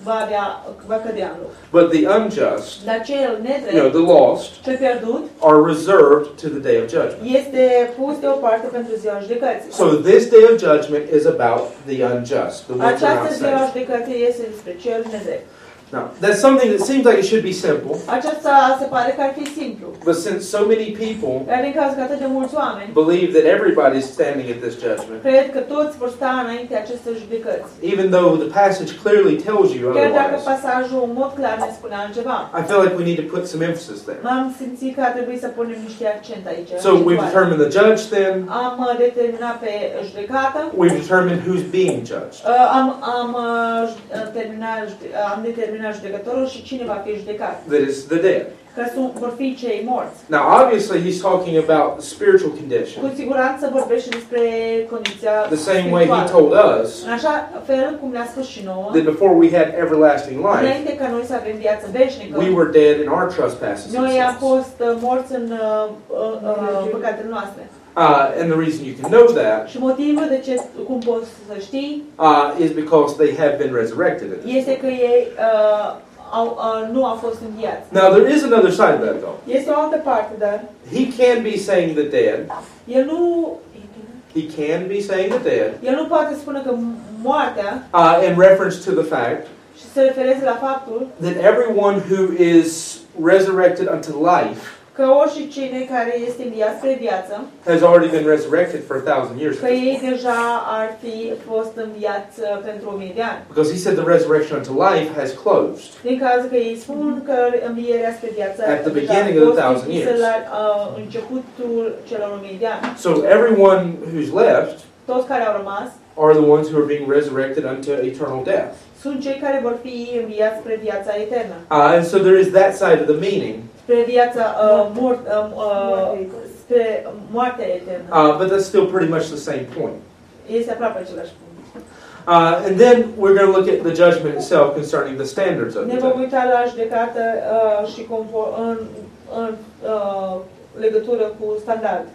Speaker 2: va, avea, va cădea în loc.
Speaker 1: But the unjust,
Speaker 2: Dar cel
Speaker 1: you know,
Speaker 2: nedrept,
Speaker 1: the lost,
Speaker 2: cel pierdut,
Speaker 1: are reserved to the day of judgment.
Speaker 2: este pus deoparte pentru ziua judecății.
Speaker 1: So this day of judgment is about the unjust, the ones who are not
Speaker 2: Această ziua
Speaker 1: saved.
Speaker 2: judecății este despre cel nedrept.
Speaker 1: Now, that's something that seems like it should be simple,
Speaker 2: Aceasta se pare că ar fi simplu.
Speaker 1: but since so many people
Speaker 2: Dar din cauza că atât de mulți oameni
Speaker 1: believe that everybody's standing at this judgment,
Speaker 2: cred că toți vor sta înainte acestor judecăți.
Speaker 1: even though the passage clearly tells you
Speaker 2: Chiar dacă
Speaker 1: otherwise,
Speaker 2: pasajul în mod clar ne spune altceva.
Speaker 1: I feel like we need to put some emphasis there.
Speaker 2: M-am simțit că ar trebui să punem niște accent aici.
Speaker 1: So we've
Speaker 2: Accentuare.
Speaker 1: determined the judge then,
Speaker 2: Am uh, determinat pe judecată.
Speaker 1: We've determined who's being judged.
Speaker 2: Uh, Am, am, uh, ju- terminat, jude- uh, am determinat judecătorul și cine va fi judecat.
Speaker 1: That is the dead.
Speaker 2: Că sunt, vor fi cei morți.
Speaker 1: Now, obviously, he's talking about the spiritual
Speaker 2: Cu
Speaker 1: condition,
Speaker 2: siguranță vorbește despre condiția
Speaker 1: the same way he
Speaker 2: spirituală.
Speaker 1: told us
Speaker 2: În așa fel cum ne-a spus și nouă,
Speaker 1: that before we had everlasting life,
Speaker 2: înainte ca noi să avem viață veșnică,
Speaker 1: we were dead in our trespasses and
Speaker 2: noi am
Speaker 1: sins.
Speaker 2: fost uh, morți în uh, uh, uh, păcatele noastre.
Speaker 1: Uh, Uh, and the reason you can know that
Speaker 2: Și motivul de ce, cum poți să știi,
Speaker 1: uh, is because they have been resurrected. At this
Speaker 2: este
Speaker 1: point.
Speaker 2: că ei uh, au, uh, nu au fost înviați.
Speaker 1: Now, there is another side of that, though.
Speaker 2: Este o altă parte, dar
Speaker 1: He can be saying the dead.
Speaker 2: el nu,
Speaker 1: He can be saying the dead
Speaker 2: el nu poate spune că moartea
Speaker 1: uh, in reference to the fact
Speaker 2: și să refereze la faptul
Speaker 1: that everyone who is resurrected unto life
Speaker 2: că oricine care este înviat spre viață,
Speaker 1: has already been resurrected for a thousand years.
Speaker 2: că ei deja ar fi fost înviați uh, pentru o mie de ani.
Speaker 1: Because he said the resurrection unto life has closed.
Speaker 2: Din cauza că ei spun că învierea spre viață
Speaker 1: At the
Speaker 2: deja
Speaker 1: beginning of the
Speaker 2: a fost
Speaker 1: thousand
Speaker 2: închisă
Speaker 1: years.
Speaker 2: la uh, începutul celor mii de ani.
Speaker 1: So everyone who's left
Speaker 2: Toți care au rămas
Speaker 1: are the ones who are being resurrected unto eternal death.
Speaker 2: sunt cei care vor fi înviați spre viața eternă.
Speaker 1: Uh, and so there is that side of the meaning,
Speaker 2: Spre viața uh, mort, uh, uh, spre moartea eternă.
Speaker 1: uh, but that's still pretty much the same point.
Speaker 2: Este aproape același punct.
Speaker 1: Uh, and then we're going to look at the judgment itself concerning the standards of the
Speaker 2: Ne vom
Speaker 1: dead.
Speaker 2: uita la judecată uh, și conform, în, în uh, legătură cu standard.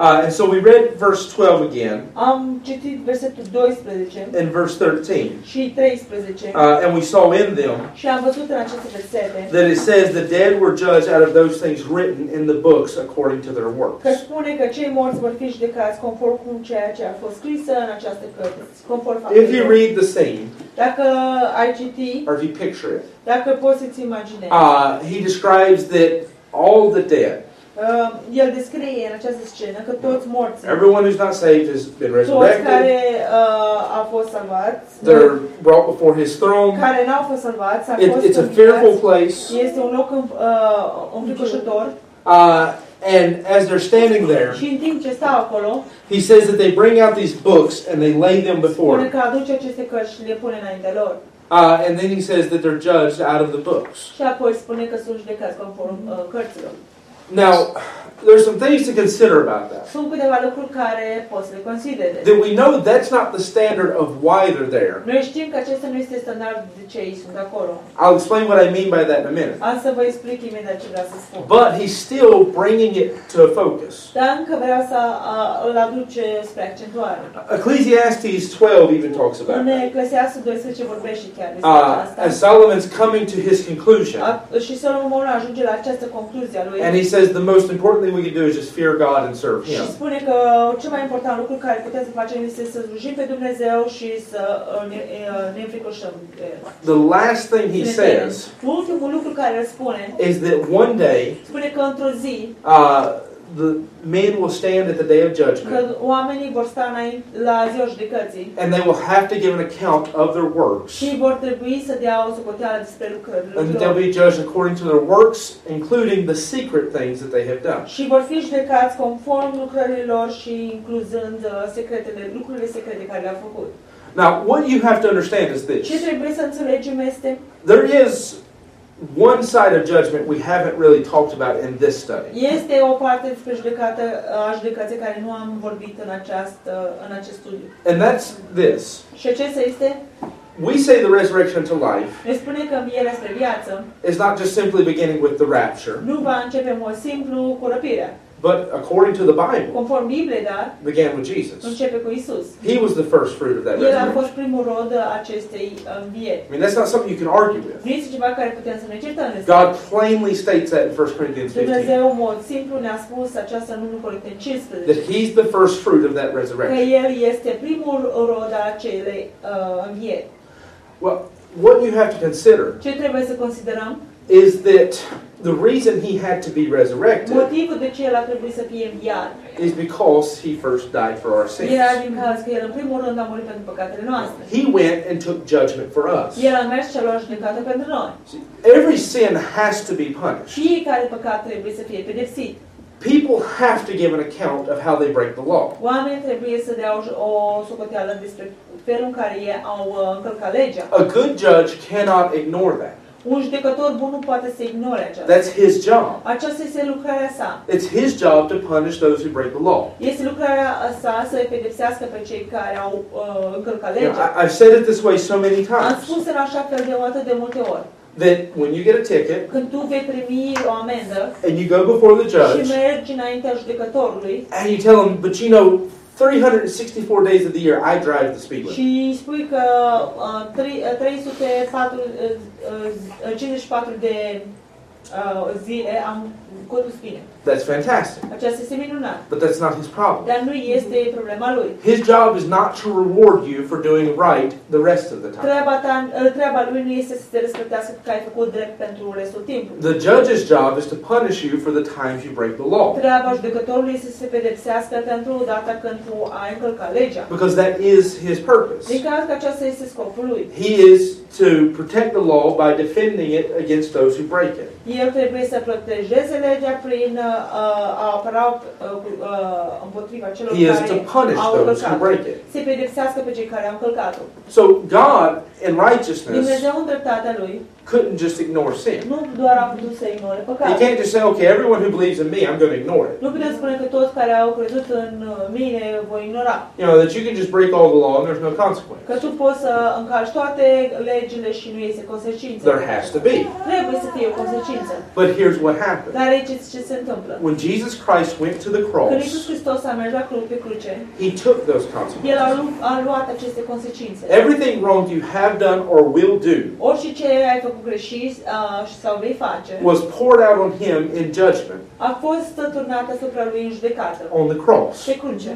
Speaker 1: Uh, and so we read verse 12 again
Speaker 2: Am citit versetul 12
Speaker 1: and verse 13.
Speaker 2: și 13
Speaker 1: Uh, and we saw in them
Speaker 2: și am văzut în aceste versete
Speaker 1: that it says the dead were judged out of those things written in the books according to their
Speaker 2: că
Speaker 1: works.
Speaker 2: spune că cei morți vor fi judecați conform cu ceea ce a fost scrisă în această carte, conform
Speaker 1: If you
Speaker 2: faptelor.
Speaker 1: read the scene,
Speaker 2: Dacă ai citi,
Speaker 1: or if you picture it,
Speaker 2: dacă poți să-ți imaginezi,
Speaker 1: uh, he describes that all the dead,
Speaker 2: uh, el descrie în această scenă că toți morții,
Speaker 1: everyone who's not saved has been
Speaker 2: toți
Speaker 1: resurrected.
Speaker 2: care uh, au fost salvați,
Speaker 1: They're brought before his throne.
Speaker 2: care n-au fost salvați, au
Speaker 1: It,
Speaker 2: fost
Speaker 1: it's a
Speaker 2: înviați.
Speaker 1: fearful place.
Speaker 2: Este un loc în- uh, înfricoșător
Speaker 1: Uh, and as they're standing there,
Speaker 2: și în timp ce stau acolo,
Speaker 1: he says that they bring out these books and they lay them before
Speaker 2: spune
Speaker 1: him.
Speaker 2: că aduce aceste cărți și le pune înaintea lor.
Speaker 1: Uh, and then he says that they're judged out of the books.
Speaker 2: Și apoi spune că sunt judecați conform uh, cărților.
Speaker 1: Now, there's some things to consider about that.
Speaker 2: Sunt câteva lucruri care poți să le consideri.
Speaker 1: That we know that's not the standard of why they're there.
Speaker 2: Noi știm că acesta nu este standardul de ce ei sunt acolo.
Speaker 1: I'll explain what I mean by that in a minute.
Speaker 2: Am să vă explic imediat ce vreau să spun.
Speaker 1: But he's still bringing it to a focus.
Speaker 2: Dar încă vreau să uh, îl aduce spre accentuare.
Speaker 1: Ecclesiastes 12 even talks about
Speaker 2: În
Speaker 1: that.
Speaker 2: Eclesiastul 12 vorbește chiar despre
Speaker 1: Uh,
Speaker 2: aceasta.
Speaker 1: as Solomon's coming to his conclusion,
Speaker 2: A- și Solomon ajunge la această concluzie a lui.
Speaker 1: and he says the most important thing we can do is just fear God and serve
Speaker 2: Și
Speaker 1: Him.
Speaker 2: spune că cel mai important lucru care putem să facem este să slujim pe Dumnezeu și să uh, ne, uh, ne înfricoșăm de El.
Speaker 1: The last thing he says
Speaker 2: Ultimul lucru care îl spune,
Speaker 1: is that one day
Speaker 2: spune că într-o zi,
Speaker 1: uh, the men will stand at the day of judgment
Speaker 2: că oamenii vor sta înainte, la ziua judecății
Speaker 1: and they will have to give an account of their works.
Speaker 2: și vor trebui să dea o socoteală despre lucrările
Speaker 1: And that they'll
Speaker 2: lor.
Speaker 1: be judged according to their works, including the secret things that they have done.
Speaker 2: Și vor fi judecați conform lucrărilor și incluzând uh, secretele, lucrurile secrete care le-au făcut.
Speaker 1: Now, what you have to understand is
Speaker 2: Ce
Speaker 1: this
Speaker 2: trebuie să înțelegem este,
Speaker 1: there is one side of judgment we haven't really talked about in this study.
Speaker 2: este o parte despre judecată, a judecății care nu am vorbit în, această, în acest studiu.
Speaker 1: And that's this
Speaker 2: Și acesta este,
Speaker 1: we say the resurrection to life
Speaker 2: ne spune că învierea spre viață
Speaker 1: is not just simply beginning with the rapture,
Speaker 2: nu va începe în mod simplu cu răpirea.
Speaker 1: but according to the Bible,
Speaker 2: Conform Bibliei, dar
Speaker 1: began with Jesus.
Speaker 2: începe cu Isus.
Speaker 1: He was the first fruit of that
Speaker 2: El a fost
Speaker 1: resurrection.
Speaker 2: primul rod al acestei uh, învieri.
Speaker 1: I mean, that's not something you can argue with.
Speaker 2: Nu este ceva care putem să ne certăm. despre.
Speaker 1: God plainly states that in 1 Corinthians 15
Speaker 2: Dumnezeu, în mod simplu, ne-a spus aceasta în 1 Corinteni 15.
Speaker 1: that He's the first fruit of that
Speaker 2: Că
Speaker 1: resurrection.
Speaker 2: El este primul rod al acelei uh, învieri.
Speaker 1: Well, what you have to consider
Speaker 2: Ce trebuie să considerăm?
Speaker 1: is that the reason He had to be resurrected
Speaker 2: Motivul de ce El a trebuit să fie înviat
Speaker 1: is because He first died for our
Speaker 2: era
Speaker 1: sins.
Speaker 2: din cauza că El, în primul rând, a murit pentru păcatele noastre.
Speaker 1: He went and took judgment for us.
Speaker 2: El a mers și a luat judecată pentru noi.
Speaker 1: See, Every sin has to be punished.
Speaker 2: Fiecare păcat trebuie să fie pedepsit.
Speaker 1: People have to give an account of how they break the law.
Speaker 2: Oamenii trebuie să dea o, o socoteală despre felul în care ei au uh, încălcat legea.
Speaker 1: A good judge cannot ignore that.
Speaker 2: Un judecător bun nu poate să ignore aceasta.
Speaker 1: That's his job.
Speaker 2: Aceasta este lucrarea sa.
Speaker 1: It's his job to punish those who break the law.
Speaker 2: Este lucrarea sa să îi pedepsească pe cei care au uh, încălcat
Speaker 1: You know,
Speaker 2: legea.
Speaker 1: I, I've said it this way so many
Speaker 2: Am
Speaker 1: times.
Speaker 2: spus în așa fel de o atât de multe ori.
Speaker 1: that when you get a ticket
Speaker 2: Când tu vei primi o amendă
Speaker 1: and you go before the
Speaker 2: și
Speaker 1: judge
Speaker 2: mergi înaintea judecătorului
Speaker 1: and you tell him, but you know, 364 days of the year I drive the speed limit.
Speaker 2: și spui că uh, tri- uh, 304, uh, uh, 54 de uh, zile am condus bine.
Speaker 1: That's fantastic.
Speaker 2: Aceasta este minunat.
Speaker 1: But that's not his problem.
Speaker 2: Dar nu este problema lui.
Speaker 1: His job is not to reward you for doing right the rest of the time.
Speaker 2: Treaba, ta, uh, treaba lui nu este să te răsplătească că ai făcut drept pentru restul timpului.
Speaker 1: The judge's job is to punish you for the times you break the law.
Speaker 2: Treaba judecătorului este să se pedepsească pentru data când tu ai încălcat legea.
Speaker 1: Because that is his purpose.
Speaker 2: Din cauza că acesta este scopul lui.
Speaker 1: He is to protect the law by defending it against those who break it.
Speaker 2: El trebuie să protejeze legea prin uh, a apăra uh, cu- uh, împotriva celor
Speaker 1: He is to
Speaker 2: care
Speaker 1: punish
Speaker 2: au
Speaker 1: those who
Speaker 2: încălcat.
Speaker 1: break it.
Speaker 2: Se pedepsească pe cei care au încălcat-o.
Speaker 1: So God in righteousness
Speaker 2: Dumnezeu în dreptatea lui
Speaker 1: couldn't just ignore sin.
Speaker 2: nu doar a putut să ignore
Speaker 1: He
Speaker 2: păcatul.
Speaker 1: can't just say, okay, everyone who believes in me, I'm going to ignore it.
Speaker 2: Nu putem spune că toți care au crezut în uh, mine voi ignora.
Speaker 1: You know, that you can just break all the law and there's no consequence.
Speaker 2: Că tu poți să încalci toate legile și nu este consecință.
Speaker 1: There has to be.
Speaker 2: Trebuie să fie o consecință.
Speaker 1: But here's what happened.
Speaker 2: Dar aici ce se întâmplă?
Speaker 1: When Jesus Christ went to the
Speaker 2: Când Iisus
Speaker 1: cross,
Speaker 2: Hristos a mers la cru- pe cruce,
Speaker 1: he took those
Speaker 2: El a,
Speaker 1: consequences.
Speaker 2: lu- a luat aceste consecințe.
Speaker 1: Everything wrong you have done or will do
Speaker 2: Orice ce ai făcut greșit uh, și sau vei face,
Speaker 1: was poured out on him in judgment
Speaker 2: a fost turnată asupra lui în judecată.
Speaker 1: on the cross.
Speaker 2: Pe cruce.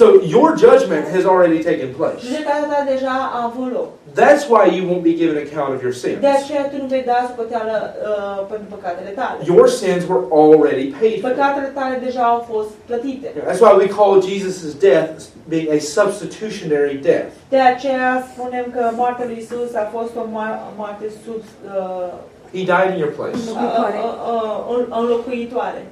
Speaker 1: So your judgment has already taken place.
Speaker 2: Judecata ta deja a avut loc.
Speaker 1: That's why you won't be given account of your
Speaker 2: De
Speaker 1: sins.
Speaker 2: aceea tu nu vei da socoteală uh, pentru păcatele tale.
Speaker 1: Your sins were already paid for.
Speaker 2: Păcatele tale deja au fost plătite.
Speaker 1: That's why we call Jesus' death being a substitutionary death.
Speaker 2: De aceea spunem că moartea lui Isus a fost o mo- moarte sub, uh,
Speaker 1: He died in your place.
Speaker 3: Înlocuitoare.
Speaker 2: uh, uh, înlocuitoare.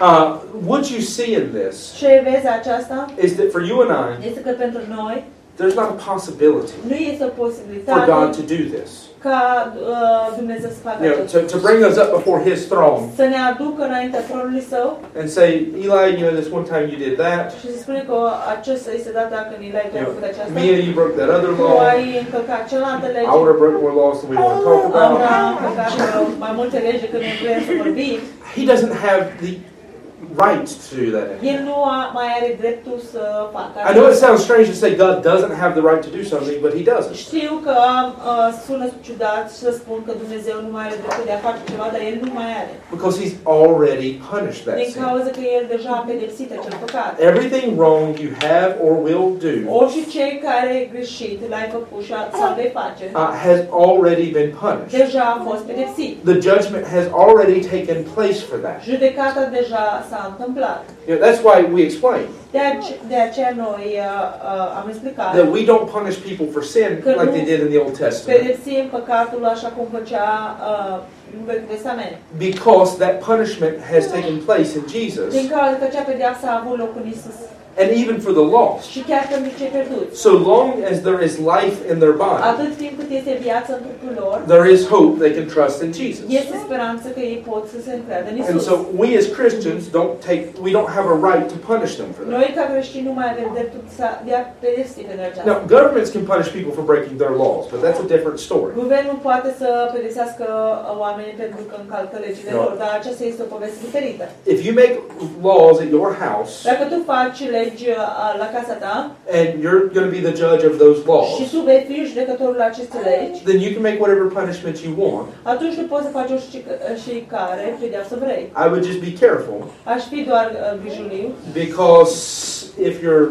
Speaker 1: Uh, what you see in this
Speaker 2: Ce vezi aceasta?
Speaker 1: is that for you and I,
Speaker 2: Este că pentru noi
Speaker 1: there's not a possibility
Speaker 2: nu este o
Speaker 1: for God
Speaker 2: posibilitate
Speaker 1: to do this.
Speaker 2: ca uh, Dumnezeu să facă
Speaker 1: You know,
Speaker 2: acest
Speaker 1: to, to bring us up before His throne
Speaker 2: Să ne aducă înaintea tronului său
Speaker 1: and say, Eli, you know, this one time you did that.
Speaker 2: și să spune că acesta este data când el ai
Speaker 1: You
Speaker 2: făcut
Speaker 1: know,
Speaker 2: aceasta.
Speaker 1: Mia, you broke that other
Speaker 2: Tu
Speaker 1: law. I
Speaker 2: ai încălcat cealaltă lege.
Speaker 1: would have broke more laws than we want to talk about.
Speaker 2: Abraham a încălcat uh, mai multe legi decât ne vrem să vorbim.
Speaker 1: He doesn't have the right to do that anymore.
Speaker 2: El nu a, mai are dreptul să facă.
Speaker 1: I know it sounds strange to say God doesn't have the right to do something, but He doesn't.
Speaker 2: Știu că uh, sună ciudat să spun că Dumnezeu nu mai are dreptul de a face ceva, dar El nu mai are.
Speaker 1: Because He's already punished that
Speaker 2: Din
Speaker 1: sin.
Speaker 2: cauza că El deja a pedepsit acel păcat.
Speaker 1: Everything wrong you have or will do
Speaker 2: Orice cei care greșit l-ai făcut și a- sau vei face,
Speaker 1: uh, has already been punished.
Speaker 2: deja a fost pedepsit.
Speaker 1: The judgment has already taken place for that.
Speaker 2: Judecata deja s-a întâmplat.
Speaker 1: You know, that's why we explain
Speaker 2: De, ace- de aceea noi uh, uh, am explicat
Speaker 1: that we don't punish people for sin like they did in the Old Testament
Speaker 2: pedepsim păcatul așa cum făcea uh, în Vechiul Testament.
Speaker 1: because that punishment has taken place in
Speaker 2: Din
Speaker 1: Jesus
Speaker 2: cauza că acea pedeapsă a avut loc în Isus
Speaker 1: and even for the lost.
Speaker 2: și chiar pentru cei pierduți.
Speaker 1: So long as there is life in their body,
Speaker 2: Atât timp cât este viață în trupul lor,
Speaker 1: there is hope they can trust in Jesus.
Speaker 2: este speranță că ei pot să se încreadă în
Speaker 1: And
Speaker 2: Isus.
Speaker 1: so we as Christians don't take we don't have a right to punish them for that.
Speaker 2: Noi, ca creștini, nu mai avem dreptul să de a pedepsi pentru aceasta.
Speaker 1: Now governments can punish people for breaking their laws, but that's a different story.
Speaker 2: Guvernul poate să pedepsească uh, oamenii pentru că încalcă legile
Speaker 1: Da.
Speaker 2: lor, dar aceasta este o poveste diferită.
Speaker 1: If you make laws at your house
Speaker 2: Dacă tu faci legi uh, la casa ta
Speaker 1: and you're going to be the judge of those
Speaker 2: și
Speaker 1: laws,
Speaker 2: tu vei fi judecătorul la aceste legi,
Speaker 1: then you can make whatever punishment you want.
Speaker 2: atunci tu poți să faci orice și care pedeapsă vrei.
Speaker 1: I would just be careful
Speaker 2: Aș fi doar uh, grijuliu,
Speaker 1: because if you're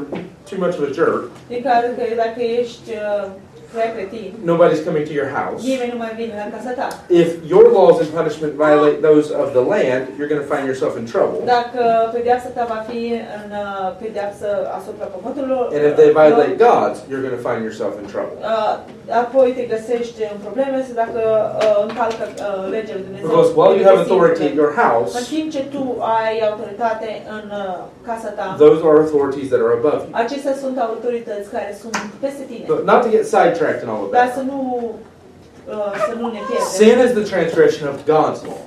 Speaker 1: too much of a jerk,
Speaker 2: din care că dacă ești uh, prea cretin,
Speaker 1: nobody's coming to your house.
Speaker 2: nimeni nu mai vine la casa ta.
Speaker 1: If your laws and punishment violate those of the land, you're going to find yourself in trouble.
Speaker 2: Dacă uh, pedeapsa ta va fi în uh, pedeapsă asupra pământului,
Speaker 1: And if they violate God's, you're going to find yourself in trouble.
Speaker 2: uh, apoi te găsești în probleme sau dacă uh, încalcă uh, legea lui Dumnezeu.
Speaker 1: Because while you have authority at
Speaker 2: În
Speaker 1: your house,
Speaker 2: timp ce tu ai autoritate în uh, casa ta,
Speaker 1: those are authorities that are above you.
Speaker 2: acestea sunt autorități care sunt peste tine.
Speaker 1: But not to get sidetracked in all of
Speaker 2: Dar
Speaker 1: that.
Speaker 2: să nu, uh, să nu ne pierdem.
Speaker 1: Sin is the transgression of God's law.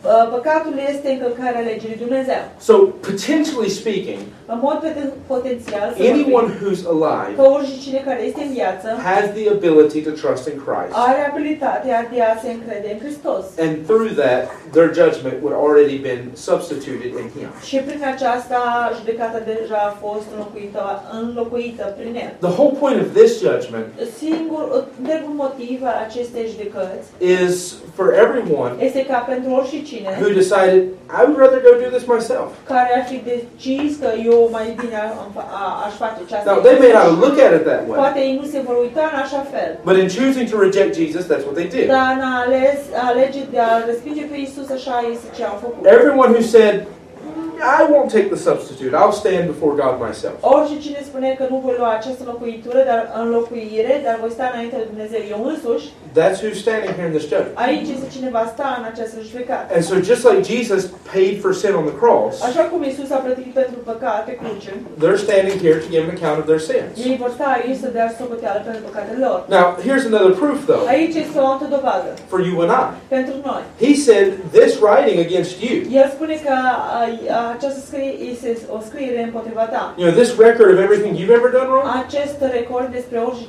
Speaker 2: Uh, Păcatul este încălcarea legii lui Dumnezeu.
Speaker 1: So, potentially speaking,
Speaker 2: În mod poten- potențial, să
Speaker 1: anyone
Speaker 2: vorbim
Speaker 1: who's alive
Speaker 2: că oricine care este în viață
Speaker 1: has the ability to trust in Christ.
Speaker 2: are abilitatea de a se încrede în Hristos.
Speaker 1: And through that, their judgment would already been substituted in Him.
Speaker 2: Și prin aceasta judecata deja a fost înlocuită, înlocuită prin el.
Speaker 1: The whole point of this judgment
Speaker 2: Singur, uh, întregul motiv al acestei judecăți
Speaker 1: is for everyone
Speaker 2: este ca pentru oricine
Speaker 1: who decided, I would rather go do this myself.
Speaker 2: care ar fi decis că eu mai bine am fa- a- aș face ce
Speaker 1: Now, they may not look at it that way,
Speaker 2: Poate ei nu se vor uita în așa fel.
Speaker 1: but in choosing to reject Jesus, that's what they did.
Speaker 2: Dar în a ales, a alege de a respinge pe Isus, așa este ce au făcut.
Speaker 1: Everyone who said, "Mm, I won't take the substitute, I'll stand before God myself,
Speaker 2: Orice cine spune că nu voi lua această locuitură, dar înlocuire, dar voi sta înainte de Dumnezeu eu însuși,
Speaker 1: that's who's standing here in this judgment.
Speaker 2: aici este cine va sta în această judecată.
Speaker 1: And so, just like Jesus paid for sin on the cross,
Speaker 2: Așa cum Isus a plătit pentru păcat pe cruce,
Speaker 1: they're standing here to give an account of their sins.
Speaker 2: ei vor sta aici să dea socoteală pentru păcatele lor.
Speaker 1: Now, here's another proof, though,
Speaker 2: Aici este o altă dovadă
Speaker 1: for you and I.
Speaker 2: pentru noi.
Speaker 1: He said, This writing against you,
Speaker 2: El spune că a, a, această scrie, este o scriere împotriva ta.
Speaker 1: you know, this record of everything you've ever done wrong,
Speaker 2: Acest record despre orice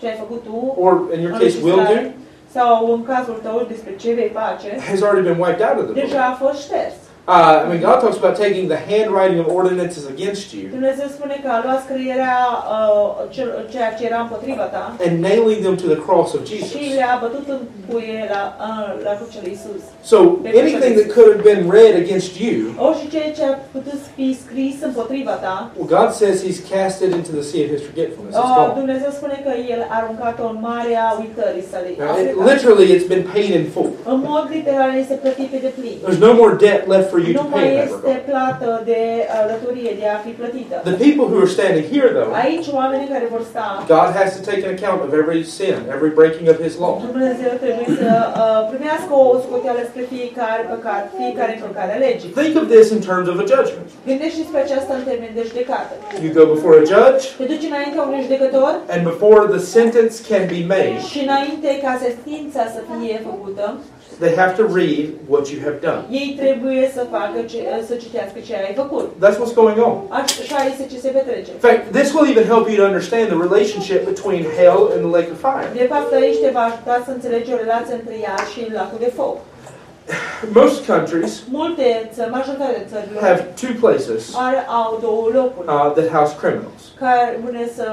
Speaker 2: ce ai făcut tu,
Speaker 1: or in your case, will do,
Speaker 2: înregistrare, sau în cazul tău despre ce vei face,
Speaker 1: has already been wiped out of the book.
Speaker 2: deja a fost șters.
Speaker 1: Uh, I mean, God talks about taking the handwriting of ordinances against you
Speaker 2: Dumnezeu spune că a luat scrierea uh, cel- ceea ce era împotriva ta
Speaker 1: and nailing them to the cross of
Speaker 2: și
Speaker 1: Jesus.
Speaker 2: le-a bătut în cuie la, uh, la crucea lui Isus.
Speaker 1: So anything that could have been read against you,
Speaker 2: Orice ceea ce a putut fi scris împotriva ta,
Speaker 1: well, God says He's cast it into the sea of His forgetfulness. It's
Speaker 2: uh,
Speaker 1: gone.
Speaker 2: Dumnezeu spune că El a aruncat-o în marea uitării sale.
Speaker 1: Now, it- literally, it's been paid in full.
Speaker 2: În mod literal este plătit pe deplin.
Speaker 1: There's no more debt left for you to
Speaker 2: Nu
Speaker 1: pay in
Speaker 2: mai
Speaker 1: that
Speaker 2: este
Speaker 1: regard.
Speaker 2: plată de alătorie, de a fi plătită.
Speaker 1: The people who are standing here, though,
Speaker 2: Aici oamenii care vor sta,
Speaker 1: God has to take an account of every sin, every breaking of His law.
Speaker 2: Dumnezeu trebuie să uh, primească o scoteală spre fiecare păcat, fiecare încălcare a legii.
Speaker 1: Think of this in terms of a judgment.
Speaker 2: Gândește-ți pe aceasta în termen de judecată.
Speaker 1: You go before a judge,
Speaker 2: Te duci înaintea unui judecător
Speaker 1: and before the sentence can be made,
Speaker 2: și înainte ca sentința să fie făcută,
Speaker 1: they have to read what you have done.
Speaker 2: ei trebuie să facă ce, uh, să citească ce ai făcut.
Speaker 1: That's what's going on.
Speaker 2: Așa este ce se petrece.
Speaker 1: In fact, this will even help you to understand the relationship between hell and the lake of fire.
Speaker 2: De fapt, aici te va ajuta să înțelegi o relație între ea și lacul de foc.
Speaker 1: Most countries
Speaker 2: Multe țări, majoritatea țărilor,
Speaker 1: have two places
Speaker 2: are, au două locuri
Speaker 1: uh, that house criminals
Speaker 2: care bune să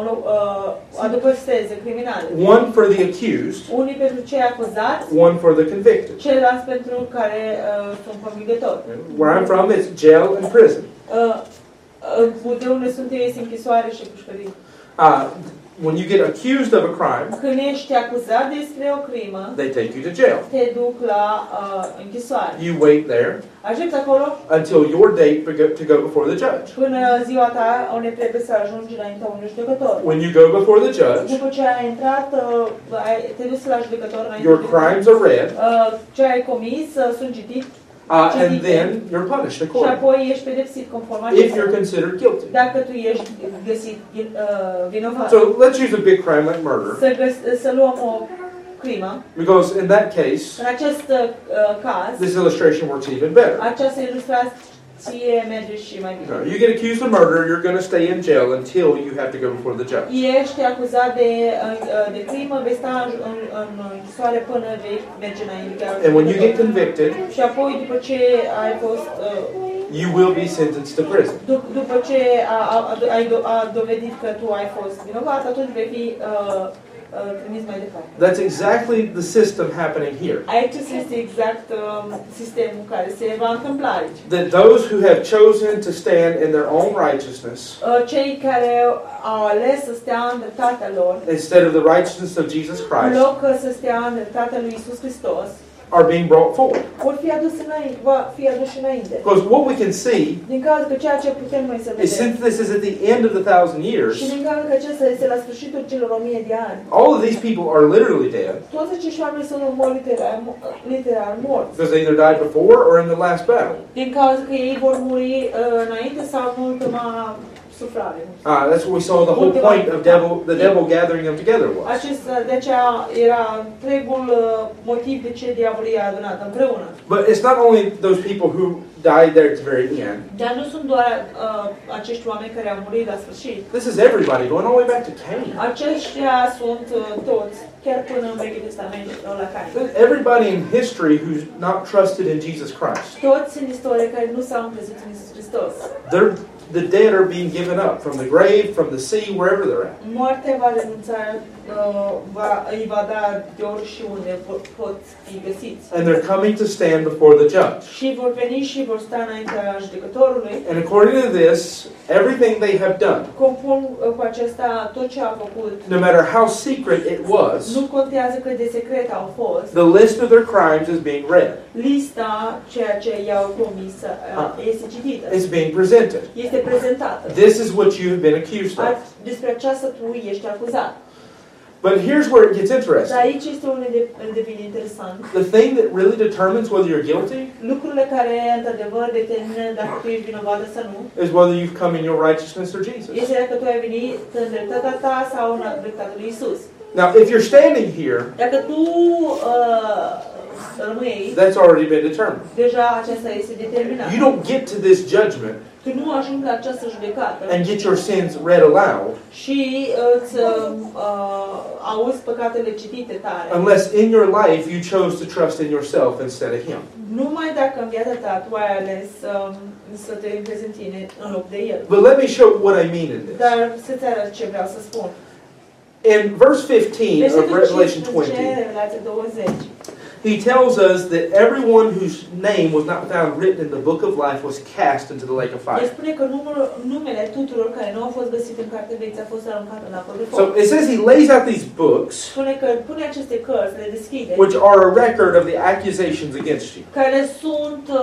Speaker 2: uh, adăposteze criminale.
Speaker 1: one for the accused,
Speaker 2: Unii pentru cei acuzați,
Speaker 1: one for the convicted.
Speaker 2: ceilalți pentru care uh, sunt convingători.
Speaker 1: And Where I'm from, it's jail and prison.
Speaker 2: Uh, uh, de unde sunt eu este închisoare și pușcării.
Speaker 1: Uh, when you get accused of a crime,
Speaker 2: Când ești acuzat despre o crimă,
Speaker 1: they take you to jail.
Speaker 2: te duc la uh, închisoare.
Speaker 1: You wait there
Speaker 2: Ajungi acolo
Speaker 1: until your date to go- to go before the judge.
Speaker 2: până ziua ta unde trebuie să ajungi înaintea unui judecător.
Speaker 1: When you go before the judge,
Speaker 2: După ce ai intrat, uh, ai- te duci la judecător înainte
Speaker 1: your
Speaker 2: de-
Speaker 1: crimes are read,
Speaker 2: Uh, ce ai comis uh, sunt citit
Speaker 1: uh, and then you're punished
Speaker 2: și
Speaker 1: accordingly
Speaker 2: apoi ești pedepsit conform
Speaker 1: if you're
Speaker 2: acestea.
Speaker 1: considered guilty.
Speaker 2: Dacă tu ești găsit uh, vinovat.
Speaker 1: So let's use a big crime like murder.
Speaker 2: Să, găs- să luăm o crimă.
Speaker 1: Because in that case,
Speaker 2: În acest uh, caz,
Speaker 1: this illustration works even better.
Speaker 2: această ilustrație merge și mai
Speaker 1: You, know,
Speaker 2: bine.
Speaker 1: you get accused of murder, you're going to stay in jail until you have to go before the judge.
Speaker 2: Ești acuzat de, uh, de crimă, vei sta în, în, în închisoare până vei merge înaintea.
Speaker 1: And when you get convicted,
Speaker 2: Și apoi, după ce ai fost, uh,
Speaker 1: you will be sentenced to prison.
Speaker 2: dup- după ce a, a, ai do- a dovedit că tu ai fost vinovat, atunci vei fi uh, uh, trimis mai departe.
Speaker 1: That's exactly the system happening here.
Speaker 2: Aici este exact uh, sistemul care se va întâmpla aici.
Speaker 1: That those who have chosen to stand in their own righteousness
Speaker 2: Uh, Cei care au ales să stea în dreptatea lor,
Speaker 1: instead of the righteousness of Jesus
Speaker 2: în
Speaker 1: Christ
Speaker 2: loc să stea în dreptatea lui Isus Hristos,
Speaker 1: are being brought forward.
Speaker 2: vor fi adus înainte, va fi adus înainte.
Speaker 1: Because what we can see
Speaker 2: Din cauza că ceea ce putem noi să
Speaker 1: is
Speaker 2: vedem
Speaker 1: since this is at the end of the thousand
Speaker 2: și
Speaker 1: years,
Speaker 2: din cauza că acesta este la sfârșitul celor o mie de ani,
Speaker 1: all of these people are literally dead
Speaker 2: toți acești oameni sunt în mod literal, literal morți.
Speaker 1: because they either died before or in the last battle.
Speaker 2: Din cauza că ei vor muri uh, înainte sau în ultima sufrare.
Speaker 1: Ah, that's what we saw the whole point of devil, the devil gathering them together was.
Speaker 2: Acesta, de aceea era întregul uh, motiv de ce diavolul i-a adunat împreună.
Speaker 1: But it's not only those people who died there at the very end.
Speaker 2: Dar nu sunt doar uh, acești oameni care au murit la sfârșit.
Speaker 1: This is everybody going all the way back to Cain.
Speaker 2: Aceștia sunt uh, toți, chiar până în Vechiul Testament uh, la Cain.
Speaker 1: Everybody in history who's not trusted in Jesus Christ.
Speaker 2: Toți în istorie care nu s-au încrezut în Iisus Hristos.
Speaker 1: They're, the dead are being given up from the grave, from the sea, wherever they're at.
Speaker 2: Moartea va renunța, uh, va, îi va da de ori și unde po- pot fi găsiți.
Speaker 1: And they're coming to stand before the judge.
Speaker 2: Și vor veni și vor sta înaintea judecătorului.
Speaker 1: And according to this, everything they have done,
Speaker 2: Conform uh, cu acesta tot ce a făcut,
Speaker 1: no matter how secret it was,
Speaker 2: nu contează cât de secret au fost,
Speaker 1: the list of their crimes is being read.
Speaker 2: lista ceea ce i-au comis uh,
Speaker 1: Ah.
Speaker 2: este citită,
Speaker 1: It's being presented.
Speaker 2: este prezentată.
Speaker 1: This is what you have been accused
Speaker 2: A-
Speaker 1: of.
Speaker 2: Despre aceasta tu ești acuzat.
Speaker 1: But here's where it gets
Speaker 2: Dar
Speaker 1: interesting.
Speaker 2: aici este unde de- devine interesant.
Speaker 1: The thing that really determines whether you're guilty
Speaker 2: Lucrurile care, într-adevăr, determină dacă tu ești vinovat sau nu,
Speaker 1: is whether you've come in your righteousness or Jesus.
Speaker 2: este dacă tu ai venit în dreptatea ta sau în dreptatea lui Isus.
Speaker 1: Now, if you're standing here,
Speaker 2: Dacă tu uh, rămâi,
Speaker 1: that's already been determined.
Speaker 2: deja aceasta este determinat.
Speaker 1: You don't get to this judgment
Speaker 2: Tu nu ajungi la această judecată
Speaker 1: and get your sins read aloud
Speaker 2: și îți uh, uh, auzi păcatele citite tare.
Speaker 1: unless in your life you chose to trust in yourself instead of Him.
Speaker 2: Numai dacă în viața ta tu ai ales um, să te încrezi în tine în loc de el.
Speaker 1: But let me show what I mean in this.
Speaker 2: Dar să-ți arăt ce vreau să spun.
Speaker 1: In verse 15 of
Speaker 2: Versetul
Speaker 1: Revelation
Speaker 2: 15,
Speaker 1: 20,
Speaker 2: Revelația 20.
Speaker 1: he tells us that everyone whose name was not found written in the book of life was cast into the lake of
Speaker 2: El
Speaker 1: fire.
Speaker 2: spune că numărul, numele tuturor care nu au fost găsite în carte veți a fost aruncat în apă de foc.
Speaker 1: So it says he lays out these books,
Speaker 2: spune că pune aceste cărți, le deschide,
Speaker 1: which are a record of the accusations against you.
Speaker 2: care sunt uh,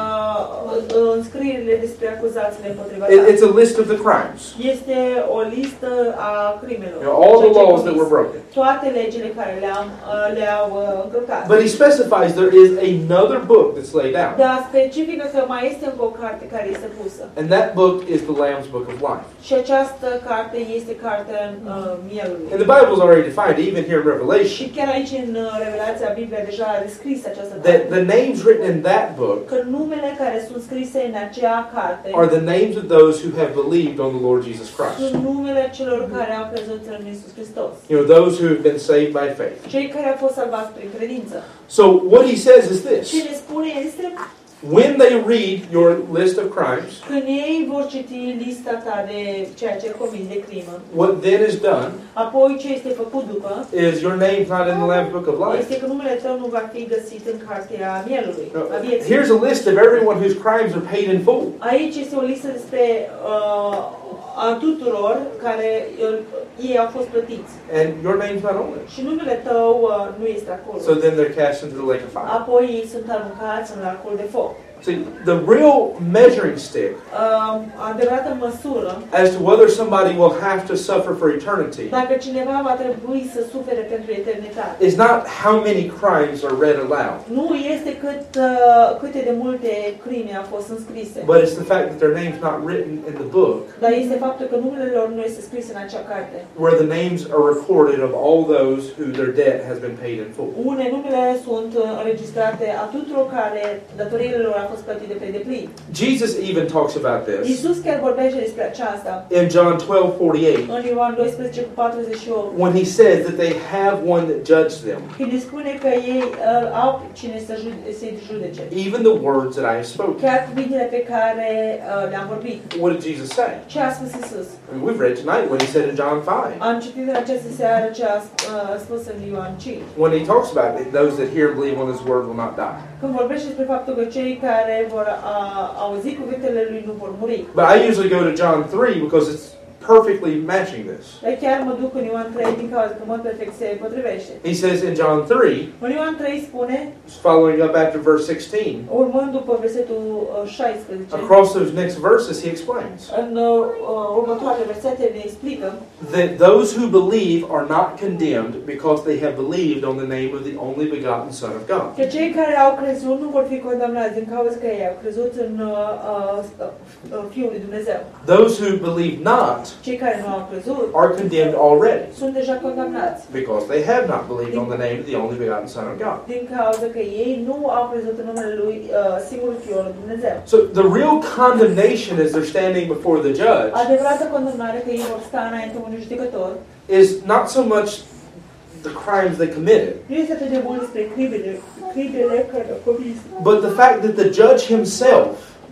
Speaker 2: uh, uh, înscrierile despre acuzațiile împotriva ta.
Speaker 1: It- it's a list of the crimes,
Speaker 2: Este o listă a
Speaker 1: you
Speaker 2: crimelor.
Speaker 1: know, all the
Speaker 2: ceea ce ai
Speaker 1: laws that
Speaker 2: comis.
Speaker 1: were broken.
Speaker 2: Toate legile care le-am, uh, le-au uh, încălcat.
Speaker 1: But he specifies there is another book that's laid out,
Speaker 2: Dar specifică că mai este încă o carte care este pusă.
Speaker 1: and that book is the Lamb's Book of Life.
Speaker 2: Și această carte este cartea uh, mielului.
Speaker 1: And the Bible's already defined, even here in Revelation,
Speaker 2: Și chiar aici în uh, Revelația Biblia deja a descris această
Speaker 1: that
Speaker 2: carte.
Speaker 1: the names written in that book
Speaker 2: Că numele care sunt scrise în acea carte
Speaker 1: are the names of those who have believed on the Lord Jesus Christ.
Speaker 2: sunt numele celor care au crezut în Isus Hristos.
Speaker 1: You know, those who have been saved by faith.
Speaker 2: Cei care au fost salvați prin credință.
Speaker 1: So what he says is
Speaker 2: Ce
Speaker 1: this:
Speaker 2: ne spune este
Speaker 1: when they read your list of crimes,
Speaker 2: Când ei vor citi lista ta de ceea ce comis de crimă,
Speaker 1: what then is done
Speaker 2: apoi ce este făcut după,
Speaker 1: is your name's not in the Lamb's Book of Life.
Speaker 2: este că numele tău nu va fi găsit în cartea mielului, a
Speaker 1: No,
Speaker 2: vieții.
Speaker 1: Here's a list of everyone whose crimes are paid in full.
Speaker 2: Aici este o listă despre uh, a tuturor care uh, ei au fost plătiți
Speaker 1: and your name's not on it.
Speaker 2: și numele tău uh, nu este
Speaker 1: So
Speaker 2: acolo.
Speaker 1: then they're cast into the lake of fire.
Speaker 2: Apoi ei sunt aruncați în lacul de foc.
Speaker 1: See, the real measuring stick
Speaker 2: Uh, adevărată măsură,
Speaker 1: as to whether somebody will have to suffer for eternity
Speaker 2: dacă cineva va trebui să sufere pentru eternitate,
Speaker 1: is not how many crimes are read aloud,
Speaker 2: Nu este cât, uh, câte de multe crime au fost înscrise,
Speaker 1: but it's the fact that their name's not written in the book
Speaker 2: dar este faptul că numele lor nu este scris în acea carte.
Speaker 1: where the names are recorded of all those who their debt has been paid in full.
Speaker 2: Une numele sunt uh, înregistrate a tuturor care datoriile lor au fost plătite pe deplin.
Speaker 1: Jesus even talks about this
Speaker 2: Iisus chiar vorbește despre aceasta
Speaker 1: in John 12 48
Speaker 2: în Ioan 12 cu 48,
Speaker 1: when he says that they have one that judged them,
Speaker 2: când îi spune că ei uh, au cine să jude, să-i judece.
Speaker 1: even the words that I have spoken.
Speaker 2: Chiar cuvintele pe care uh, le-am vorbit.
Speaker 1: What did Jesus say?
Speaker 2: Ce a spus Iisus?
Speaker 1: I mean, we've read tonight what he said in John 5.
Speaker 2: Am citit în această seară ce a uh, spus în Ioan 5.
Speaker 1: when he talks about it, those that hear and believe on his word will not die.
Speaker 2: Când vorbește despre faptul că cei care vor a, auzi cuvintele lui nu vor muri.
Speaker 1: But I usually go to John 3 because it's perfectly matching this.
Speaker 2: Dar chiar mă duc în Ioan 3 din cauza că în mod perfect se potrivește.
Speaker 1: He says in John 3,
Speaker 2: În Ioan 3 spune,
Speaker 1: following up after verse 16,
Speaker 2: urmând după versetul uh, 16,
Speaker 1: across those next verses, he explains
Speaker 2: în uh, uh, următoarele versete ne explică
Speaker 1: that those who believe are not condemned because they have believed on the name of the only begotten Son of God.
Speaker 2: că cei care au crezut nu vor fi condamnați din cauza că ei au crezut în uh, uh, uh, Fiul lui Dumnezeu.
Speaker 1: Those who believe not
Speaker 2: Cei care nu au crezut
Speaker 1: are condemned already
Speaker 2: sunt deja condamnați
Speaker 1: because they have not believed on the name of the only begotten Son of God.
Speaker 2: din cauza că ei nu au crezut în numele lui uh, singurul Fiul lui Dumnezeu.
Speaker 1: So the real condemnation as they're standing before the judge
Speaker 2: Adevărata condamnare că ei vor sta înainte unui judecător
Speaker 1: is not so much the crimes they committed,
Speaker 2: nu este atât de mult despre crimele, crimele care au comis,
Speaker 1: but the fact that the judge himself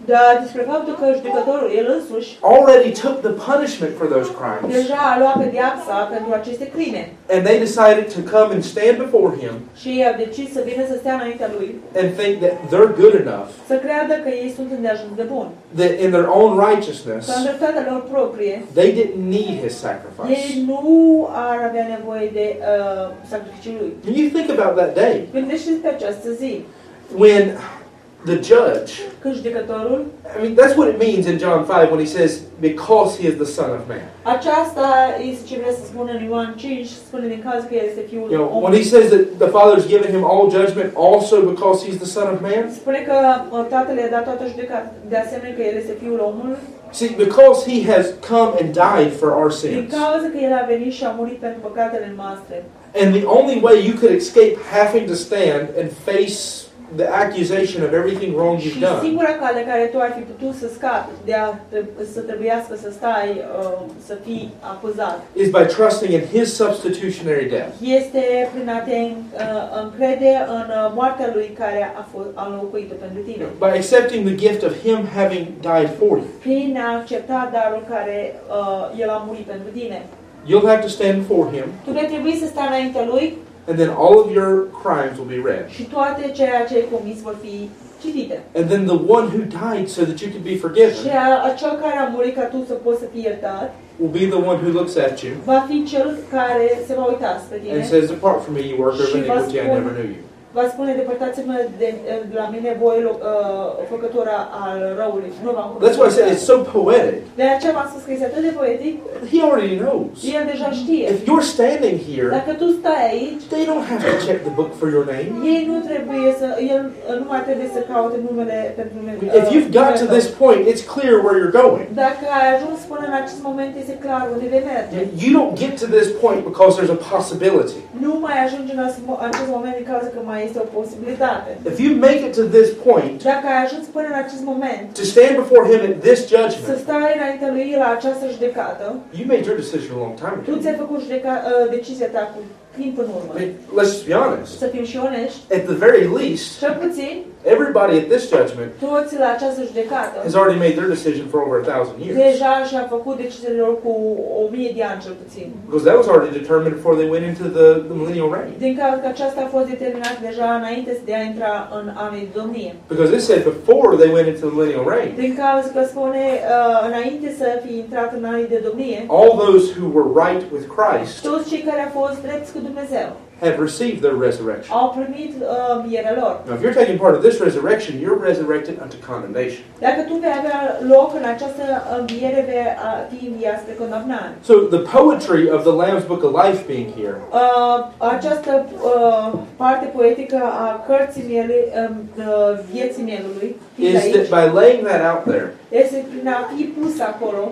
Speaker 2: dar despre faptul că judecătorul, el însuși,
Speaker 1: already took the punishment for those crimes
Speaker 2: deja a luat pedeapsa pentru aceste crime
Speaker 1: and they decided to come and stand before him
Speaker 2: și ei au decis să vină să stea înaintea lui,
Speaker 1: and think that they're good enough
Speaker 2: să creadă că ei sunt îndeajuns de bun.
Speaker 1: that in their own
Speaker 2: Că în
Speaker 1: righteousness
Speaker 2: dreptatea lor proprie,
Speaker 1: they didn't need his
Speaker 2: ei
Speaker 1: sacrifice.
Speaker 2: nu ar avea nevoie de uh, sacrificiul lui.
Speaker 1: When you think about that day
Speaker 2: Gândește-ți pe această zi,
Speaker 1: when the judge,
Speaker 2: că judecătorul,
Speaker 1: I mean, that's what it means in John 5 when he says, because he is the Son of Man.
Speaker 2: aceasta este ce vrea să spună în Ioan 5, spune din caz că el este fiul
Speaker 1: You know, when
Speaker 2: omului.
Speaker 1: he says that the Father's given him all judgment also because he's the Son of Man,
Speaker 2: Spune că uh, tatăl i-a dat toată judecata, de asemenea că el este fiul omului,
Speaker 1: see, because he has come and died for our
Speaker 2: din
Speaker 1: sins.
Speaker 2: cauza că el a venit și a murit pentru păcatele noastre.
Speaker 1: And the only way you could escape having to stand and face the accusation of everything wrong you've
Speaker 2: Și
Speaker 1: done
Speaker 2: singura cale care tu ai fi putut să scapi de a tre- să trebuiască să stai, uh, să fii acuzat,
Speaker 1: is by trusting in his substitutionary death.
Speaker 2: este prin a te uh, încrede în uh, moartea lui care a, fost, a locuit pentru
Speaker 1: You
Speaker 2: tine.
Speaker 1: know, by accepting the gift of him having died for you.
Speaker 2: Prin a accepta darul care uh, el a murit pentru tine.
Speaker 1: You'll have to stand before him,
Speaker 2: Tu vei trebui să stai înaintea lui
Speaker 1: and then all of your crimes will be read.
Speaker 2: și toate ceea ce ai comis vor fi citite.
Speaker 1: And then the one who died so that you could be
Speaker 2: Și
Speaker 1: forgiven
Speaker 2: a- acel care a murit ca tu să poți să fii iertat,
Speaker 1: will be the one who looks at you
Speaker 2: va fi cel care se va uita spre
Speaker 1: and
Speaker 2: tine.
Speaker 1: says, Depart from me, you worker of
Speaker 2: She was
Speaker 1: iniquity, I
Speaker 2: born-
Speaker 1: never knew you.
Speaker 2: Va spune, depărtați-mă de, de la mine voi uh, făcătora al răului. Nu v-am
Speaker 1: That's why I said it's
Speaker 2: cunoscut.
Speaker 1: so poetic.
Speaker 2: De aceea v-am spus că este atât de poetic,
Speaker 1: He already knows.
Speaker 2: el deja știe.
Speaker 1: If you're standing here,
Speaker 2: Dacă tu stai aici,
Speaker 1: they don't have to check the book for your name.
Speaker 2: ei nu trebuie să, el uh, nu mai trebuie să caute numele pentru
Speaker 1: I
Speaker 2: numele. ă,
Speaker 1: mean, If you've got to this point, it's clear where you're going.
Speaker 2: Dacă ai ajuns până în acest moment, este clar unde vei merge.
Speaker 1: You don't get to this point because there's a possibility.
Speaker 2: Nu mai ajungi în acest mo- acest moment din cauza că mai este o posibilitate.
Speaker 1: If you make it to this point,
Speaker 2: Dacă ai ajuns până în acest moment,
Speaker 1: to stand before him at this
Speaker 2: să
Speaker 1: judgment,
Speaker 2: stai înaintea lui la această judecată,
Speaker 1: you made your decision a long time
Speaker 2: tu
Speaker 1: ago.
Speaker 2: ți-ai făcut judeca, uh, decizia ta cu timp în urmă.
Speaker 1: I mean, let's just be honest.
Speaker 2: Să fim și onești,
Speaker 1: At the very least,
Speaker 2: cel puțin
Speaker 1: everybody at this judgment
Speaker 2: toți la această judecată
Speaker 1: has already made their decision for over a thousand years.
Speaker 2: deja și-a făcut deciziile lor cu o mie de ani cel puțin.
Speaker 1: Because that was already determined before they went into the, the millennial reign.
Speaker 2: Din cauza că aceasta a fost determinat deja înainte de a intra în anii de domnie.
Speaker 1: Because it said before they went into the millennial reign,
Speaker 2: Din cauza că spune, uh, înainte să fi intrat în anii de domnie,
Speaker 1: all those who were right with Christ
Speaker 2: toți cei care au fost drepți cu Dumnezeu
Speaker 1: have received their resurrection.
Speaker 2: au primit uh, mierea lor.
Speaker 1: Now, if you're taking part of this resurrection, you're resurrected unto condemnation.
Speaker 2: Dacă tu vei avea loc în această uh, înviere, vei a- fi înviat spre condamnare.
Speaker 1: So, the poetry of the Lamb's Book of Life being here
Speaker 2: Uh, această uh, parte poetică a cărții miele, uh, uh, vieții mielului fiind
Speaker 1: is that
Speaker 2: aici,
Speaker 1: by laying that out there,
Speaker 2: este prin a fi pus acolo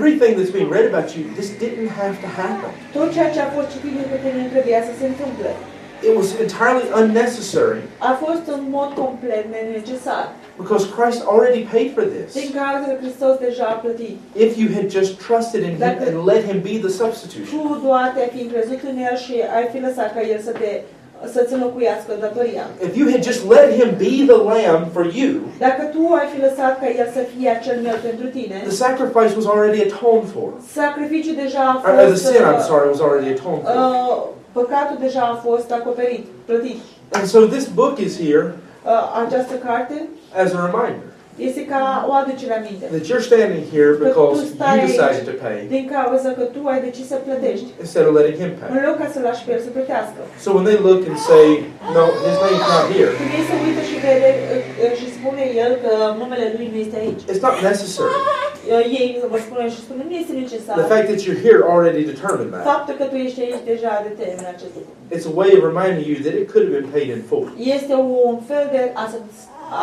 Speaker 1: everything that's being read about you, this didn't have to happen.
Speaker 2: tot ceea ce a fost citit despre tine nu trebuia să se întâmple.
Speaker 1: It was entirely unnecessary
Speaker 2: A fost în mod complet nenecesar,
Speaker 1: because Christ already paid for this.
Speaker 2: din cauza că Hristos deja a plătit.
Speaker 1: If you had just trusted in Him
Speaker 2: Dacă-
Speaker 1: and let Him be the substitution.
Speaker 2: Tu doar te-ai fi crezut în El și ai fi lăsat ca El să te să-ți înlocuiască datoria.
Speaker 1: If you had just let Him be the Lamb for you,
Speaker 2: Dacă tu ai fi lăsat ca el să fie acel miel pentru tine,
Speaker 1: the sacrifice was already atoned for.
Speaker 2: sacrificiul deja a
Speaker 1: Or, or the
Speaker 2: fost...
Speaker 1: sin, I'm
Speaker 2: uh,
Speaker 1: sorry, was already atoned for.
Speaker 2: uh, păcatul deja a fost acoperit, plătit.
Speaker 1: And so this book is here
Speaker 2: Uh, această carte
Speaker 1: as a reminder
Speaker 2: Este ca o aducere aminte.
Speaker 1: that you're standing here
Speaker 2: But
Speaker 1: because
Speaker 2: who's
Speaker 1: you
Speaker 2: dying?
Speaker 1: decided to pay
Speaker 2: Din cauza că tu ai decis să plătești,
Speaker 1: instead of letting him
Speaker 2: în
Speaker 1: pay.
Speaker 2: loc ca să-l lași pe el să plătească.
Speaker 1: So when they look and say, no, his name's not here,
Speaker 2: Când ei se uită și vede uh, uh, și spune el că numele lui nu este aici.
Speaker 1: it's not necessary.
Speaker 2: Uh, Ei vă spune și spune, nu este
Speaker 1: The
Speaker 2: necesar.
Speaker 1: fact that you're here already determined that.
Speaker 2: Faptul că tu ești aici deja determină acest lucru.
Speaker 1: It's a way of reminding you that it could have been paid in full.
Speaker 2: Este un fel de a, să-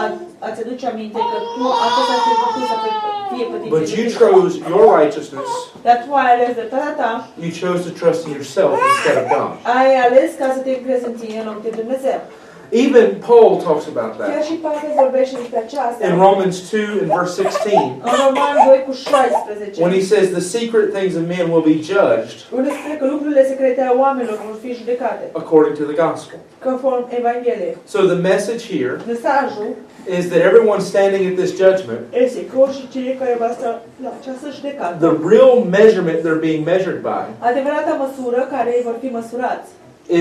Speaker 2: a, a-ți aduce aminte că tu asta să fi făcut să fie- fie plătit.
Speaker 1: But you chose your righteousness.
Speaker 2: Dar tu ai ales dreptatea ta,
Speaker 1: You chose to trust in yourself instead of God.
Speaker 2: ai ales ca să te încrezi în tine în loc de Dumnezeu.
Speaker 1: Even Paul talks about
Speaker 2: Chiar
Speaker 1: that.
Speaker 2: și Pavel vorbește despre aceasta.
Speaker 1: In Romans 2 and verse 16,
Speaker 2: În Roman 2 cu 16.
Speaker 1: when he says the secret things of men will be judged
Speaker 2: Unde spune că lucrurile secrete ale oamenilor vor fi judecate,
Speaker 1: according to the gospel.
Speaker 2: conform Evangheliei.
Speaker 1: So the message here
Speaker 2: Mesajul
Speaker 1: is that everyone standing at this judgment,
Speaker 2: este că și cei care va sta la această judecată.
Speaker 1: the real measurement they're being measured by
Speaker 2: Adevărata măsură care ei vor fi măsurați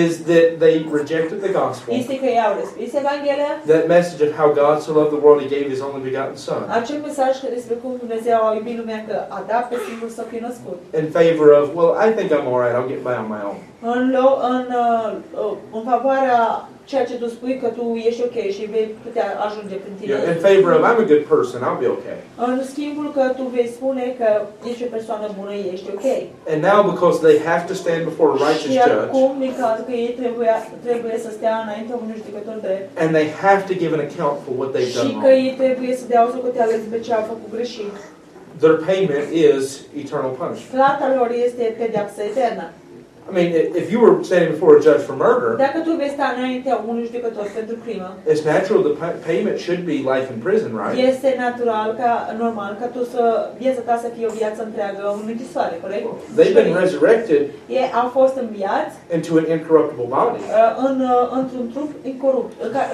Speaker 1: is that they rejected the gospel,
Speaker 2: este că ei au respins Evanghelia,
Speaker 1: that message of how God so loved the world he gave his only begotten son,
Speaker 2: acel mesaj că despre cum Dumnezeu a iubit lumea că a dat pe singurul său fi născut.
Speaker 1: in favor of, well, I think I'm all right, I'll get by on my own.
Speaker 2: În, lo- în, uh, uh, în favoarea ceea ce tu spui că tu ești ok și vei putea ajunge prin tine.
Speaker 1: You're in favor of, I'm a good person, I'll be okay.
Speaker 2: În schimbul că tu vei spune că ești o persoană bună, ești ok.
Speaker 1: And now, because they have to stand before a righteous
Speaker 2: Și
Speaker 1: judge,
Speaker 2: acum, din cauza că ei trebuia, trebuie să stea înaintea unui judecător drept
Speaker 1: and they have to give an account for what they've
Speaker 2: și
Speaker 1: done
Speaker 2: că
Speaker 1: wrong,
Speaker 2: ei trebuie să dea o socoteală despre ce au făcut greșit.
Speaker 1: their payment is eternal punishment.
Speaker 2: Plata lor este pedeapsa eternă.
Speaker 1: I mean, i- if you were standing before a judge for murder,
Speaker 2: Dacă tu vei sta înaintea unui judecător pentru crimă,
Speaker 1: it's natural the pa- payment should be life in prison, right?
Speaker 2: este natural, ca, normal, ca tu să, viața ta să fie o viață întreagă, în închisoare, corect?
Speaker 1: They've been resurrected
Speaker 2: Ei au fost înviați
Speaker 1: into an incorruptible body.
Speaker 2: uh, în, uh, într-un trup incorupt, în care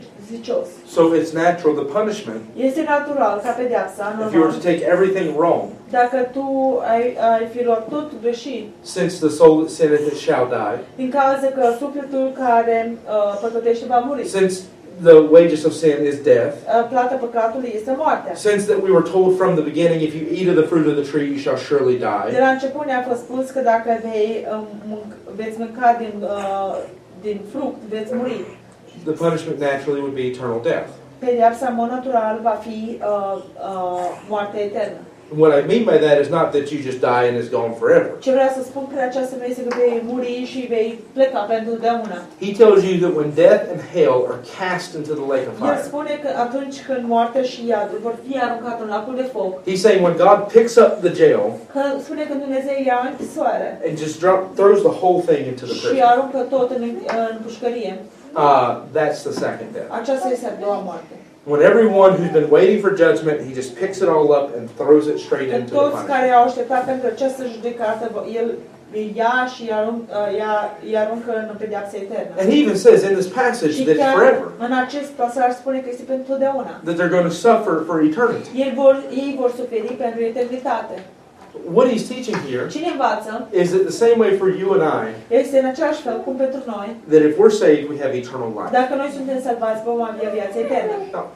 Speaker 2: neputrizicios.
Speaker 1: So it's natural the punishment,
Speaker 2: Este natural ca pedeapsa,
Speaker 1: if you were
Speaker 2: normal,
Speaker 1: to take everything wrong,
Speaker 2: dacă tu ai, ai fi luat tot greșit,
Speaker 1: since the soul that sinneth it shall die,
Speaker 2: din cauza că sufletul care uh, păcătește va muri.
Speaker 1: since the wages of sin is death,
Speaker 2: Uh, plata păcatului este moartea.
Speaker 1: Since that we were told from the beginning, if you eat of the fruit of the tree, you shall surely
Speaker 2: De
Speaker 1: die.
Speaker 2: la început ne-a fost spus că dacă vei, uh, mânc- veți mânca din, uh, din fruct, veți muri.
Speaker 1: The punishment naturally would be eternal death.
Speaker 2: Pedeapsa, în mod natural, va fi uh, uh, moartea eternă.
Speaker 1: And what I mean by that is not that you just die and it's gone forever.
Speaker 2: Ce vreau să spun prin aceasta nu este că vei muri și vei pleca pentru deauna.
Speaker 1: He tells you that when death and hell are cast into the lake of
Speaker 2: El
Speaker 1: fire,
Speaker 2: spune că atunci când moartea și iadul vor fi aruncat în lacul de foc,
Speaker 1: he's saying when God picks up the jail
Speaker 2: că spune că Dumnezeu ia închisoare
Speaker 1: and just drop, throws the whole thing into the
Speaker 2: și
Speaker 1: prison,
Speaker 2: aruncă tot în, în pușcărie.
Speaker 1: uh, that's the second death.
Speaker 2: Aceasta este a doua moarte.
Speaker 1: When everyone who's been waiting for judgment, he just picks it all up and throws it straight
Speaker 2: Când
Speaker 1: into the
Speaker 2: toți care
Speaker 1: fire.
Speaker 2: au așteptat pentru această judecată, vă- el îi ia și îi aruncă, ia, îi aruncă în pedeapsa eternă.
Speaker 1: And he even says in this passage
Speaker 2: Și
Speaker 1: that it's
Speaker 2: chiar
Speaker 1: Deci forever,
Speaker 2: în acest pasaj spune că este pentru totdeauna.
Speaker 1: that they're going to suffer for eternity.
Speaker 2: Ei vor, ei vor suferi pentru eternitate.
Speaker 1: What he's teaching here
Speaker 2: Cine învață
Speaker 1: is it the same way for you and I
Speaker 2: este în același fel cum pentru noi.
Speaker 1: that if we're saved, we have eternal life?
Speaker 2: Dacă noi suntem salvați, vom avea viața eternă.
Speaker 1: Now,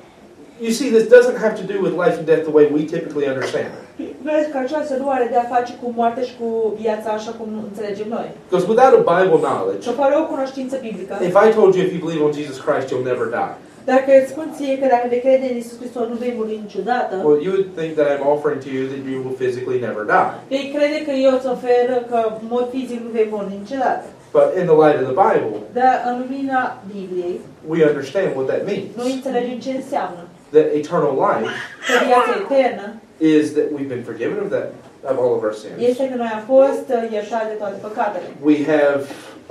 Speaker 1: you see, this doesn't have to do with life and death the way we typically understand it.
Speaker 2: Vezi că aceasta nu are de-a face cu moartea și cu viața așa cum înțelegem noi.
Speaker 1: Because without a Bible knowledge,
Speaker 2: Și fără o cunoștință biblică,
Speaker 1: if I told you if you believe on Jesus Christ, you'll never die,
Speaker 2: dacă îți spun ție că dacă vei crede în Iisus Hristos nu vei muri niciodată,
Speaker 1: well, you would think that I'm offering to you that you will physically never die.
Speaker 2: vei crede că eu îți ofer că în mod fizic nu vei muri niciodată.
Speaker 1: But in the light of the Bible,
Speaker 2: Dar în lumina Bibliei,
Speaker 1: we understand what that means.
Speaker 2: noi înțelegem ce înseamnă.
Speaker 1: That eternal life
Speaker 2: Că viața eternă
Speaker 1: is that we've been forgiven of that of all of our sins.
Speaker 2: este că noi am fost uh, iertați de toate păcatele.
Speaker 1: We have,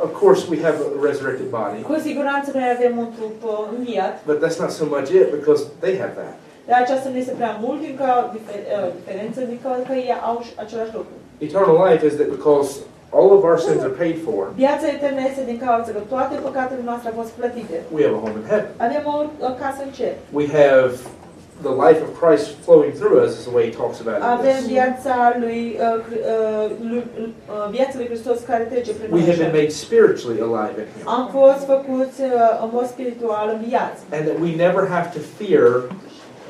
Speaker 1: of course, we have a resurrected body,
Speaker 2: Cu siguranță noi avem un trup uh, înviat,
Speaker 1: but that's not so much it because they have that.
Speaker 2: dar aceasta nu este prea mult din cau- difer- uh, diferență din cauza că ei au și același lucru.
Speaker 1: Eternal life is that because all of our sins are paid for,
Speaker 2: Viața eternă este din cauza că toate păcatele noastre au fost plătite.
Speaker 1: we have a home in heaven.
Speaker 2: Avem o, o casă în cer.
Speaker 1: We have the life of Christ flowing through us, is the way he talks about it.
Speaker 2: Avem
Speaker 1: in this.
Speaker 2: viața lui, uh, Hri- uh, lui uh, viața lui Hristos care trece prin
Speaker 1: We
Speaker 2: noi.
Speaker 1: have
Speaker 2: așa.
Speaker 1: been made spiritually alive in him.
Speaker 2: Am fost făcuți uh, în mod spiritual în viață.
Speaker 1: And that we never have to fear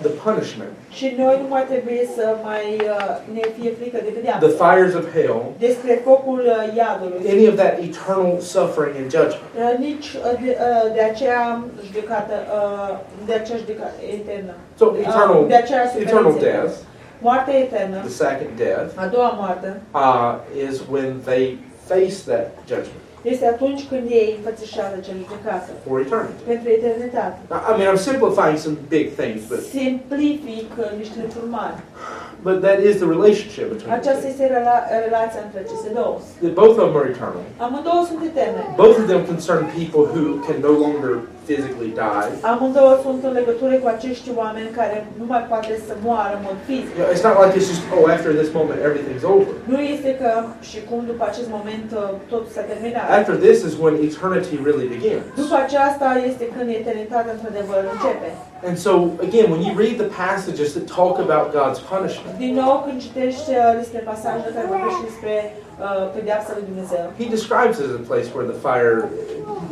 Speaker 1: the punishment,
Speaker 2: Și noi nu mai trebuie să mai uh, ne fie frică de
Speaker 1: the
Speaker 2: pedeapsă.
Speaker 1: fires of hell,
Speaker 2: Despre focul uh, iadului.
Speaker 1: any of that eternal suffering and judgment.
Speaker 2: Uh, Nici uh, de, uh, de aceea judecată, uh, de aceea judecată eternă.
Speaker 1: So
Speaker 2: Uh, De
Speaker 1: eternal,
Speaker 2: aceea
Speaker 1: eternal
Speaker 2: suferință eternă.
Speaker 1: death,
Speaker 2: Moartea eternă,
Speaker 1: the second death,
Speaker 2: a doua moarte,
Speaker 1: uh, is when they face that judgment
Speaker 2: este atunci când ei înfățișează cea judecată.
Speaker 1: for eternity.
Speaker 2: Pentru eternitate.
Speaker 1: Now, I mean, I'm simplifying some big things, but
Speaker 2: Simplific uh, niște lucruri mari.
Speaker 1: but that is the relationship between.
Speaker 2: Aceasta
Speaker 1: The
Speaker 2: este rela- relația între aceste două.
Speaker 1: two. Both of them are eternal.
Speaker 2: Amândouă sunt eterne.
Speaker 1: Both of them concern people who can no longer physically die.
Speaker 2: Amândouă sunt în legătură cu acești oameni care nu mai poate să moară în mod fizic.
Speaker 1: You know, it's not like it's just oh, after this moment everything's over.
Speaker 2: Nu este că și cum după acest moment uh, totul s-a terminat.
Speaker 1: After this is when eternity really begins.
Speaker 2: După aceasta este când eternitatea într-adevăr începe.
Speaker 1: And so again, when you read the passages that talk about God's punishment,
Speaker 2: Din nou, când citești uh, despre pasajele care vorbește despre uh, pedeapsa lui Dumnezeu,
Speaker 1: He describes it as a place where the fire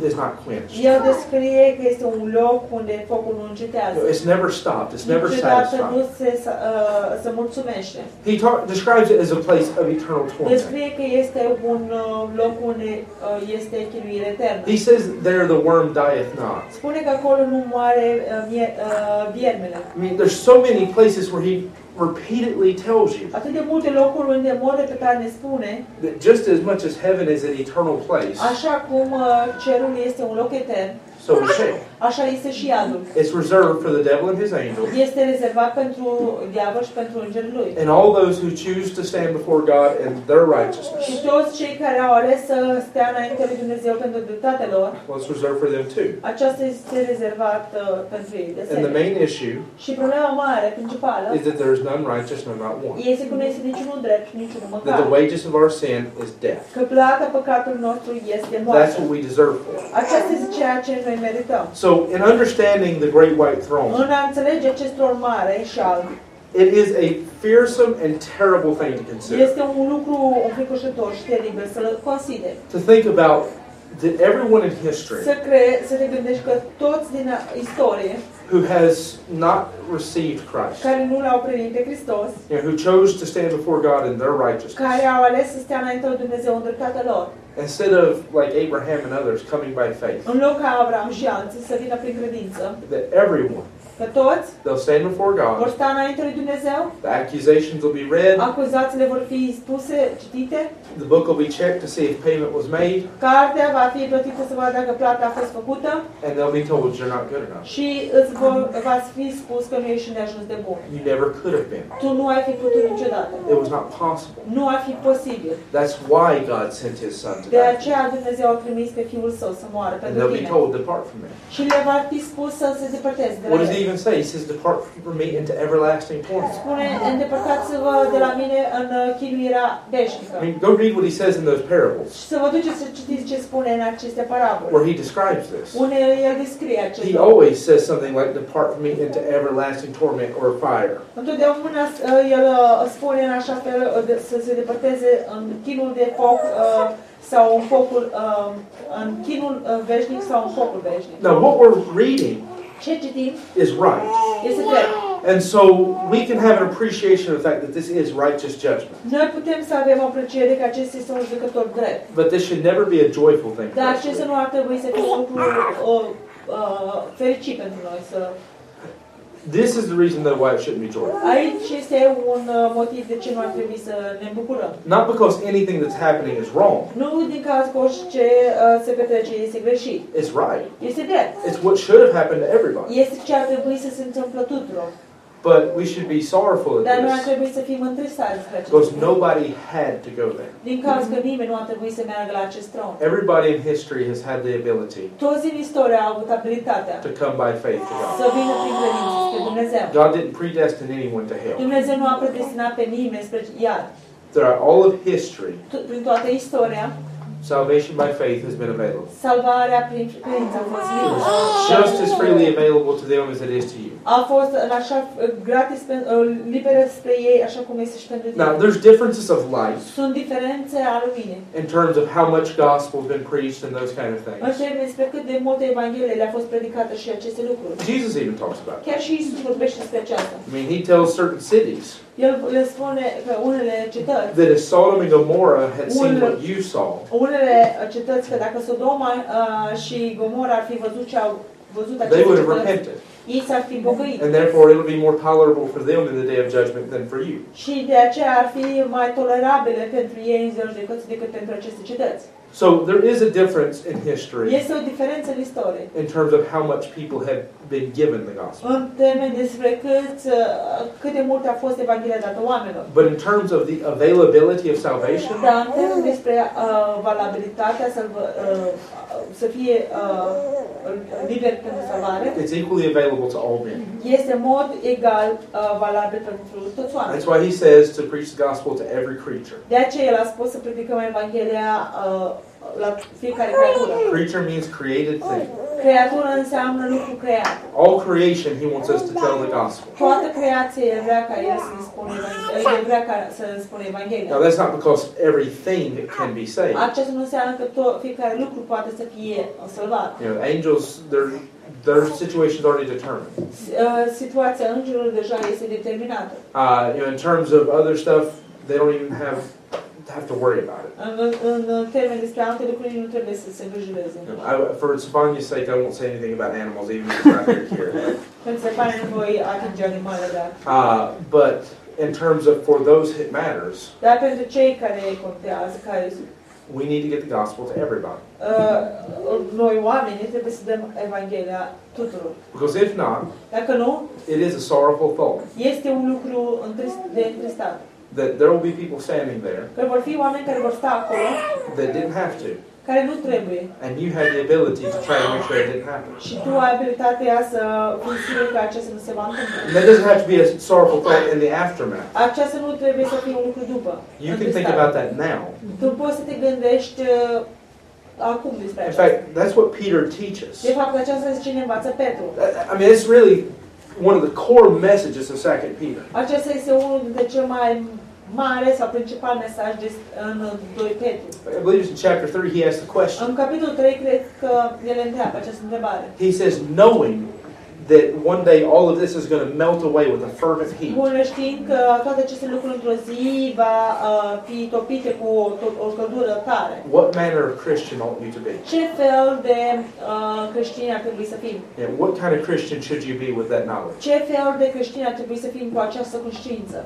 Speaker 1: is not quenched. You
Speaker 2: el descrie că este un loc unde focul nu încetează.
Speaker 1: know, It's never stopped. It's never
Speaker 2: Niciodată
Speaker 1: satisfied.
Speaker 2: nu se, uh, se mulțumește.
Speaker 1: He ta- describes it as a place of eternal torment.
Speaker 2: Descrie că este un uh, loc unde uh, este chinuire eternă.
Speaker 1: He says, There the worm dieth not.
Speaker 2: Spune că acolo nu moare uh, mie- uh, viermele.
Speaker 1: I mean, there's so many places where he repeatedly tells you
Speaker 2: Atât de multe locuri unde în mod repetat ne spune,
Speaker 1: that just as much as heaven is an eternal place,
Speaker 2: așa cum uh, cerul este un loc etern,
Speaker 1: so is hell.
Speaker 2: așa este și iadul.
Speaker 1: It's reserved for the devil and his angels
Speaker 2: Este rezervat pentru diavol și pentru îngerul lui.
Speaker 1: and all those who choose to stand before God in their
Speaker 2: Și
Speaker 1: righteousness.
Speaker 2: toți cei care au ales să stea înainte lui Dumnezeu pentru dreptatea lor,
Speaker 1: Well, it's reserved for them too.
Speaker 2: aceasta este rezervat uh, pentru ei. De
Speaker 1: And the
Speaker 2: asemenea.
Speaker 1: main issue
Speaker 2: și problema mare, principală,
Speaker 1: is that there is none righteous, no, not one.
Speaker 2: este că nu este niciunul drept, niciunul
Speaker 1: That the
Speaker 2: măcar.
Speaker 1: wages of our sin is death.
Speaker 2: Că plata păcatului nostru este
Speaker 1: That's
Speaker 2: moartea.
Speaker 1: what we deserve for. it.
Speaker 2: Aceasta este ceea ce noi merităm.
Speaker 1: So, in understanding the great white throne,
Speaker 2: În a înțelege acest tron mare și alb,
Speaker 1: it is a fearsome and terrible thing to consider.
Speaker 2: Este un lucru înfricoșător și teribil să-l consideri.
Speaker 1: to think about that everyone in history
Speaker 2: Să, cre- să te gândești că toți din istorie
Speaker 1: who has not received Christ,
Speaker 2: care nu l-au primit pe Hristos,
Speaker 1: you know, who chose to stand before God in their
Speaker 2: care
Speaker 1: righteousness,
Speaker 2: au ales să stea înaintea lui Dumnezeu în dreptatea lor,
Speaker 1: instead of like Abraham and others coming by faith,
Speaker 2: în loc ca Avram și alții să vină prin credință,
Speaker 1: that everyone
Speaker 2: că toți
Speaker 1: they'll stand before
Speaker 2: vor
Speaker 1: God,
Speaker 2: sta înaintea lui Dumnezeu,
Speaker 1: the accusations will be read,
Speaker 2: acuzațiile vor fi spuse, citite,
Speaker 1: the book will be checked to see if payment was made,
Speaker 2: cartea va fi plătită să vadă dacă plata a fost făcută
Speaker 1: and they'll be told you're not good enough.
Speaker 2: și îți vor, va fi spus că nu ești neajuns de bun.
Speaker 1: You never could have been.
Speaker 2: Tu nu ai fi putut niciodată.
Speaker 1: It was not possible.
Speaker 2: Nu ar fi posibil.
Speaker 1: That's why God sent His Son to
Speaker 2: De
Speaker 1: die.
Speaker 2: aceea Dumnezeu a trimis pe Fiul Său să moară
Speaker 1: And
Speaker 2: pentru
Speaker 1: they'll be
Speaker 2: tine.
Speaker 1: told, depart from me.
Speaker 2: Și le va fi spus să se depărteze de
Speaker 1: What
Speaker 2: la
Speaker 1: does he
Speaker 2: el.
Speaker 1: even say? He says, depart from me into everlasting torment.
Speaker 2: Spune, îndepărtați-vă de la mine în uh, chinuirea
Speaker 1: I
Speaker 2: veșnică.
Speaker 1: mean, go read what he says in those parables
Speaker 2: Și să vă duceți să citiți ce spune în aceste parabole.
Speaker 1: where he describes this.
Speaker 2: Unde el descrie acest
Speaker 1: He
Speaker 2: lucru.
Speaker 1: always says something like, Depart from me into everlasting torment or fire.
Speaker 2: Întotdeauna uh, el uh, spune în așa fel uh, de- să se depărteze în chinul de foc uh, sau în focul, uh, în chinul uh, veșnic sau în focul veșnic.
Speaker 1: Now, what we're reading
Speaker 2: Ce citim
Speaker 1: is right.
Speaker 2: este drept.
Speaker 1: And so we can have an appreciation of the fact that this is righteous judgment.
Speaker 2: Noi putem să avem apreciere că acest este un judecător drept,
Speaker 1: But this should never be a joyful thing. for
Speaker 2: dar
Speaker 1: us to
Speaker 2: acesta
Speaker 1: do.
Speaker 2: nu ar trebui să fie un lucru o, uh, fericit pentru noi. Să...
Speaker 1: This is the reason, though, why it shouldn't be joyful.
Speaker 2: Aici este un uh, motiv de ce nu ar trebui să ne bucurăm.
Speaker 1: Not because anything that's happening is wrong,
Speaker 2: Nu din caz că orice uh, se petrece este greșit.
Speaker 1: it's right.
Speaker 2: Este drept.
Speaker 1: It's what should have happened to everybody.
Speaker 2: Este ce ar trebui să se întâmplă tuturor.
Speaker 1: But we should be sorrowful
Speaker 2: Dar
Speaker 1: at
Speaker 2: noi ar
Speaker 1: this
Speaker 2: trebui să fim întristați de acest
Speaker 1: because
Speaker 2: lucru.
Speaker 1: nobody had to go there.
Speaker 2: Din caz că nimeni nu ar trebui să meargă la acest tron.
Speaker 1: Everybody in history has had the ability
Speaker 2: Toți din istorie au avut abilitatea
Speaker 1: to come by faith to God.
Speaker 2: să vină prin credință spre Dumnezeu.
Speaker 1: God didn't predestine anyone to hell.
Speaker 2: Dumnezeu nu a predestinat pe nimeni spre iad.
Speaker 1: Throughout all of history,
Speaker 2: Tu- Prin toată istoria,
Speaker 1: Salvation by faith has been available.
Speaker 2: Salvarea prin credință a fost liberă.
Speaker 1: Just as freely available to them as it is to you.
Speaker 2: A fost în așa uh, gratis, pen- uh, liberă spre ei, așa cum este și pentru
Speaker 1: Now,
Speaker 2: tine.
Speaker 1: there's differences of life
Speaker 2: Sunt diferențe ale mine.
Speaker 1: in terms of how much gospel's been preached and those kind of
Speaker 2: În
Speaker 1: things.
Speaker 2: termen despre cât de multe evanghelie le-a fost predicată și aceste lucruri.
Speaker 1: Jesus even talks about it.
Speaker 2: Chiar și Isus vorbește despre aceasta.
Speaker 1: I mean, he tells certain cities
Speaker 2: El le spune că unele cetăți,
Speaker 1: that if Sodom and Gomorrah had seen what you saw,
Speaker 2: unele cetăți, că dacă Sodoma uh, și Gomora ar fi văzut ce au văzut
Speaker 1: they
Speaker 2: aceste
Speaker 1: would have
Speaker 2: cetăți,
Speaker 1: repented.
Speaker 2: ei s-ar fi pocăit.
Speaker 1: And therefore, it'll be more tolerable for them in the day of judgment than for you.
Speaker 2: Și de aceea ar fi mai tolerabile pentru ei în ziua judecății decât pentru aceste cetăți.
Speaker 1: So there is a difference in history
Speaker 2: Este o diferență în istorie.
Speaker 1: in terms of how much people have been given the gospel.
Speaker 2: În termen despre cât, uh, cât de mult a fost Evanghelia dată oamenilor.
Speaker 1: But in terms of the availability of salvation,
Speaker 2: Dar în termen despre uh, valabilitatea să, uh, să fie uh, liber pentru salvare,
Speaker 1: it's equally available to all men.
Speaker 2: este în mod egal uh, valabil pentru toți oamenii.
Speaker 1: That's why he says to preach the gospel to every creature.
Speaker 2: De aceea el a spus să predicăm Evanghelia uh, la fiecare creatură.
Speaker 1: Creature means created thing.
Speaker 2: Creatură înseamnă lucru creat.
Speaker 1: All creation, he wants us to tell the gospel.
Speaker 2: Toată creația e vrea ca el să spune Evanghelia. vrea ca să îi spune Evanghelia.
Speaker 1: Now, that's not because everything can be saved.
Speaker 2: Aceasta nu înseamnă că tot, fiecare lucru poate să fie salvat.
Speaker 1: You know, angels, their, their situation's already determined.
Speaker 2: S- uh, Situația îngerului deja este determinată.
Speaker 1: Uh, you know, in terms of other stuff, they don't even have, have to worry about it.
Speaker 2: În, în, în termeni despre alte lucruri nu trebuie să se îngrijoreze.
Speaker 1: You know, I, for Sophanya's sake, I won't say anything about animals, even if it's not here. here.
Speaker 2: Pentru că se pare nevoie atinge animale, dar...
Speaker 1: Uh, but in terms of for those it matters,
Speaker 2: Dar pentru cei care contează, care
Speaker 1: we need to get the gospel to everybody.
Speaker 2: uh, noi oamenii trebuie să dăm Evanghelia tuturor.
Speaker 1: Because if not,
Speaker 2: Dacă nu,
Speaker 1: it is a sorrowful thought
Speaker 2: este un lucru întrist, de întristat.
Speaker 1: that there will be people standing there
Speaker 2: Că vor fi oameni care vor sta acolo,
Speaker 1: that didn't have to,
Speaker 2: care nu trebuie.
Speaker 1: and you had the ability to try to make sure it didn't happen.
Speaker 2: Și tu ai abilitatea să fii sigur că acesta nu se va întâmpla.
Speaker 1: And that doesn't have to be a sorrowful thought in the aftermath.
Speaker 2: Aceasta nu trebuie să fie un lucru după.
Speaker 1: You can think
Speaker 2: întristare.
Speaker 1: about that now.
Speaker 2: Tu poți să te gândești uh, acum despre
Speaker 1: In
Speaker 2: aceasta.
Speaker 1: fact, that's what Peter teaches.
Speaker 2: De fapt, aceasta este ce ne învață Petru.
Speaker 1: I I mean, it's really one of the core messages of Second Peter.
Speaker 2: Acesta este unul dintre cel mai mare sau principal mesaj de, în 2 Petru.
Speaker 1: I believe it's in chapter 3, he asks the question.
Speaker 2: În capitolul 3 cred că el întreabă această întrebare.
Speaker 1: He says, knowing that one day all of this is going to melt away with a fervent heat.
Speaker 2: Bună știind că toate aceste lucruri într-o zi va uh, fi topite cu o, o, o căldură tare.
Speaker 1: What manner of Christian ought you to be?
Speaker 2: Ce fel de uh, creștini ar trebui să fim?
Speaker 1: And what kind of Christian should you be with that knowledge?
Speaker 2: Ce fel de creștini ar trebui să fim cu această conștiință?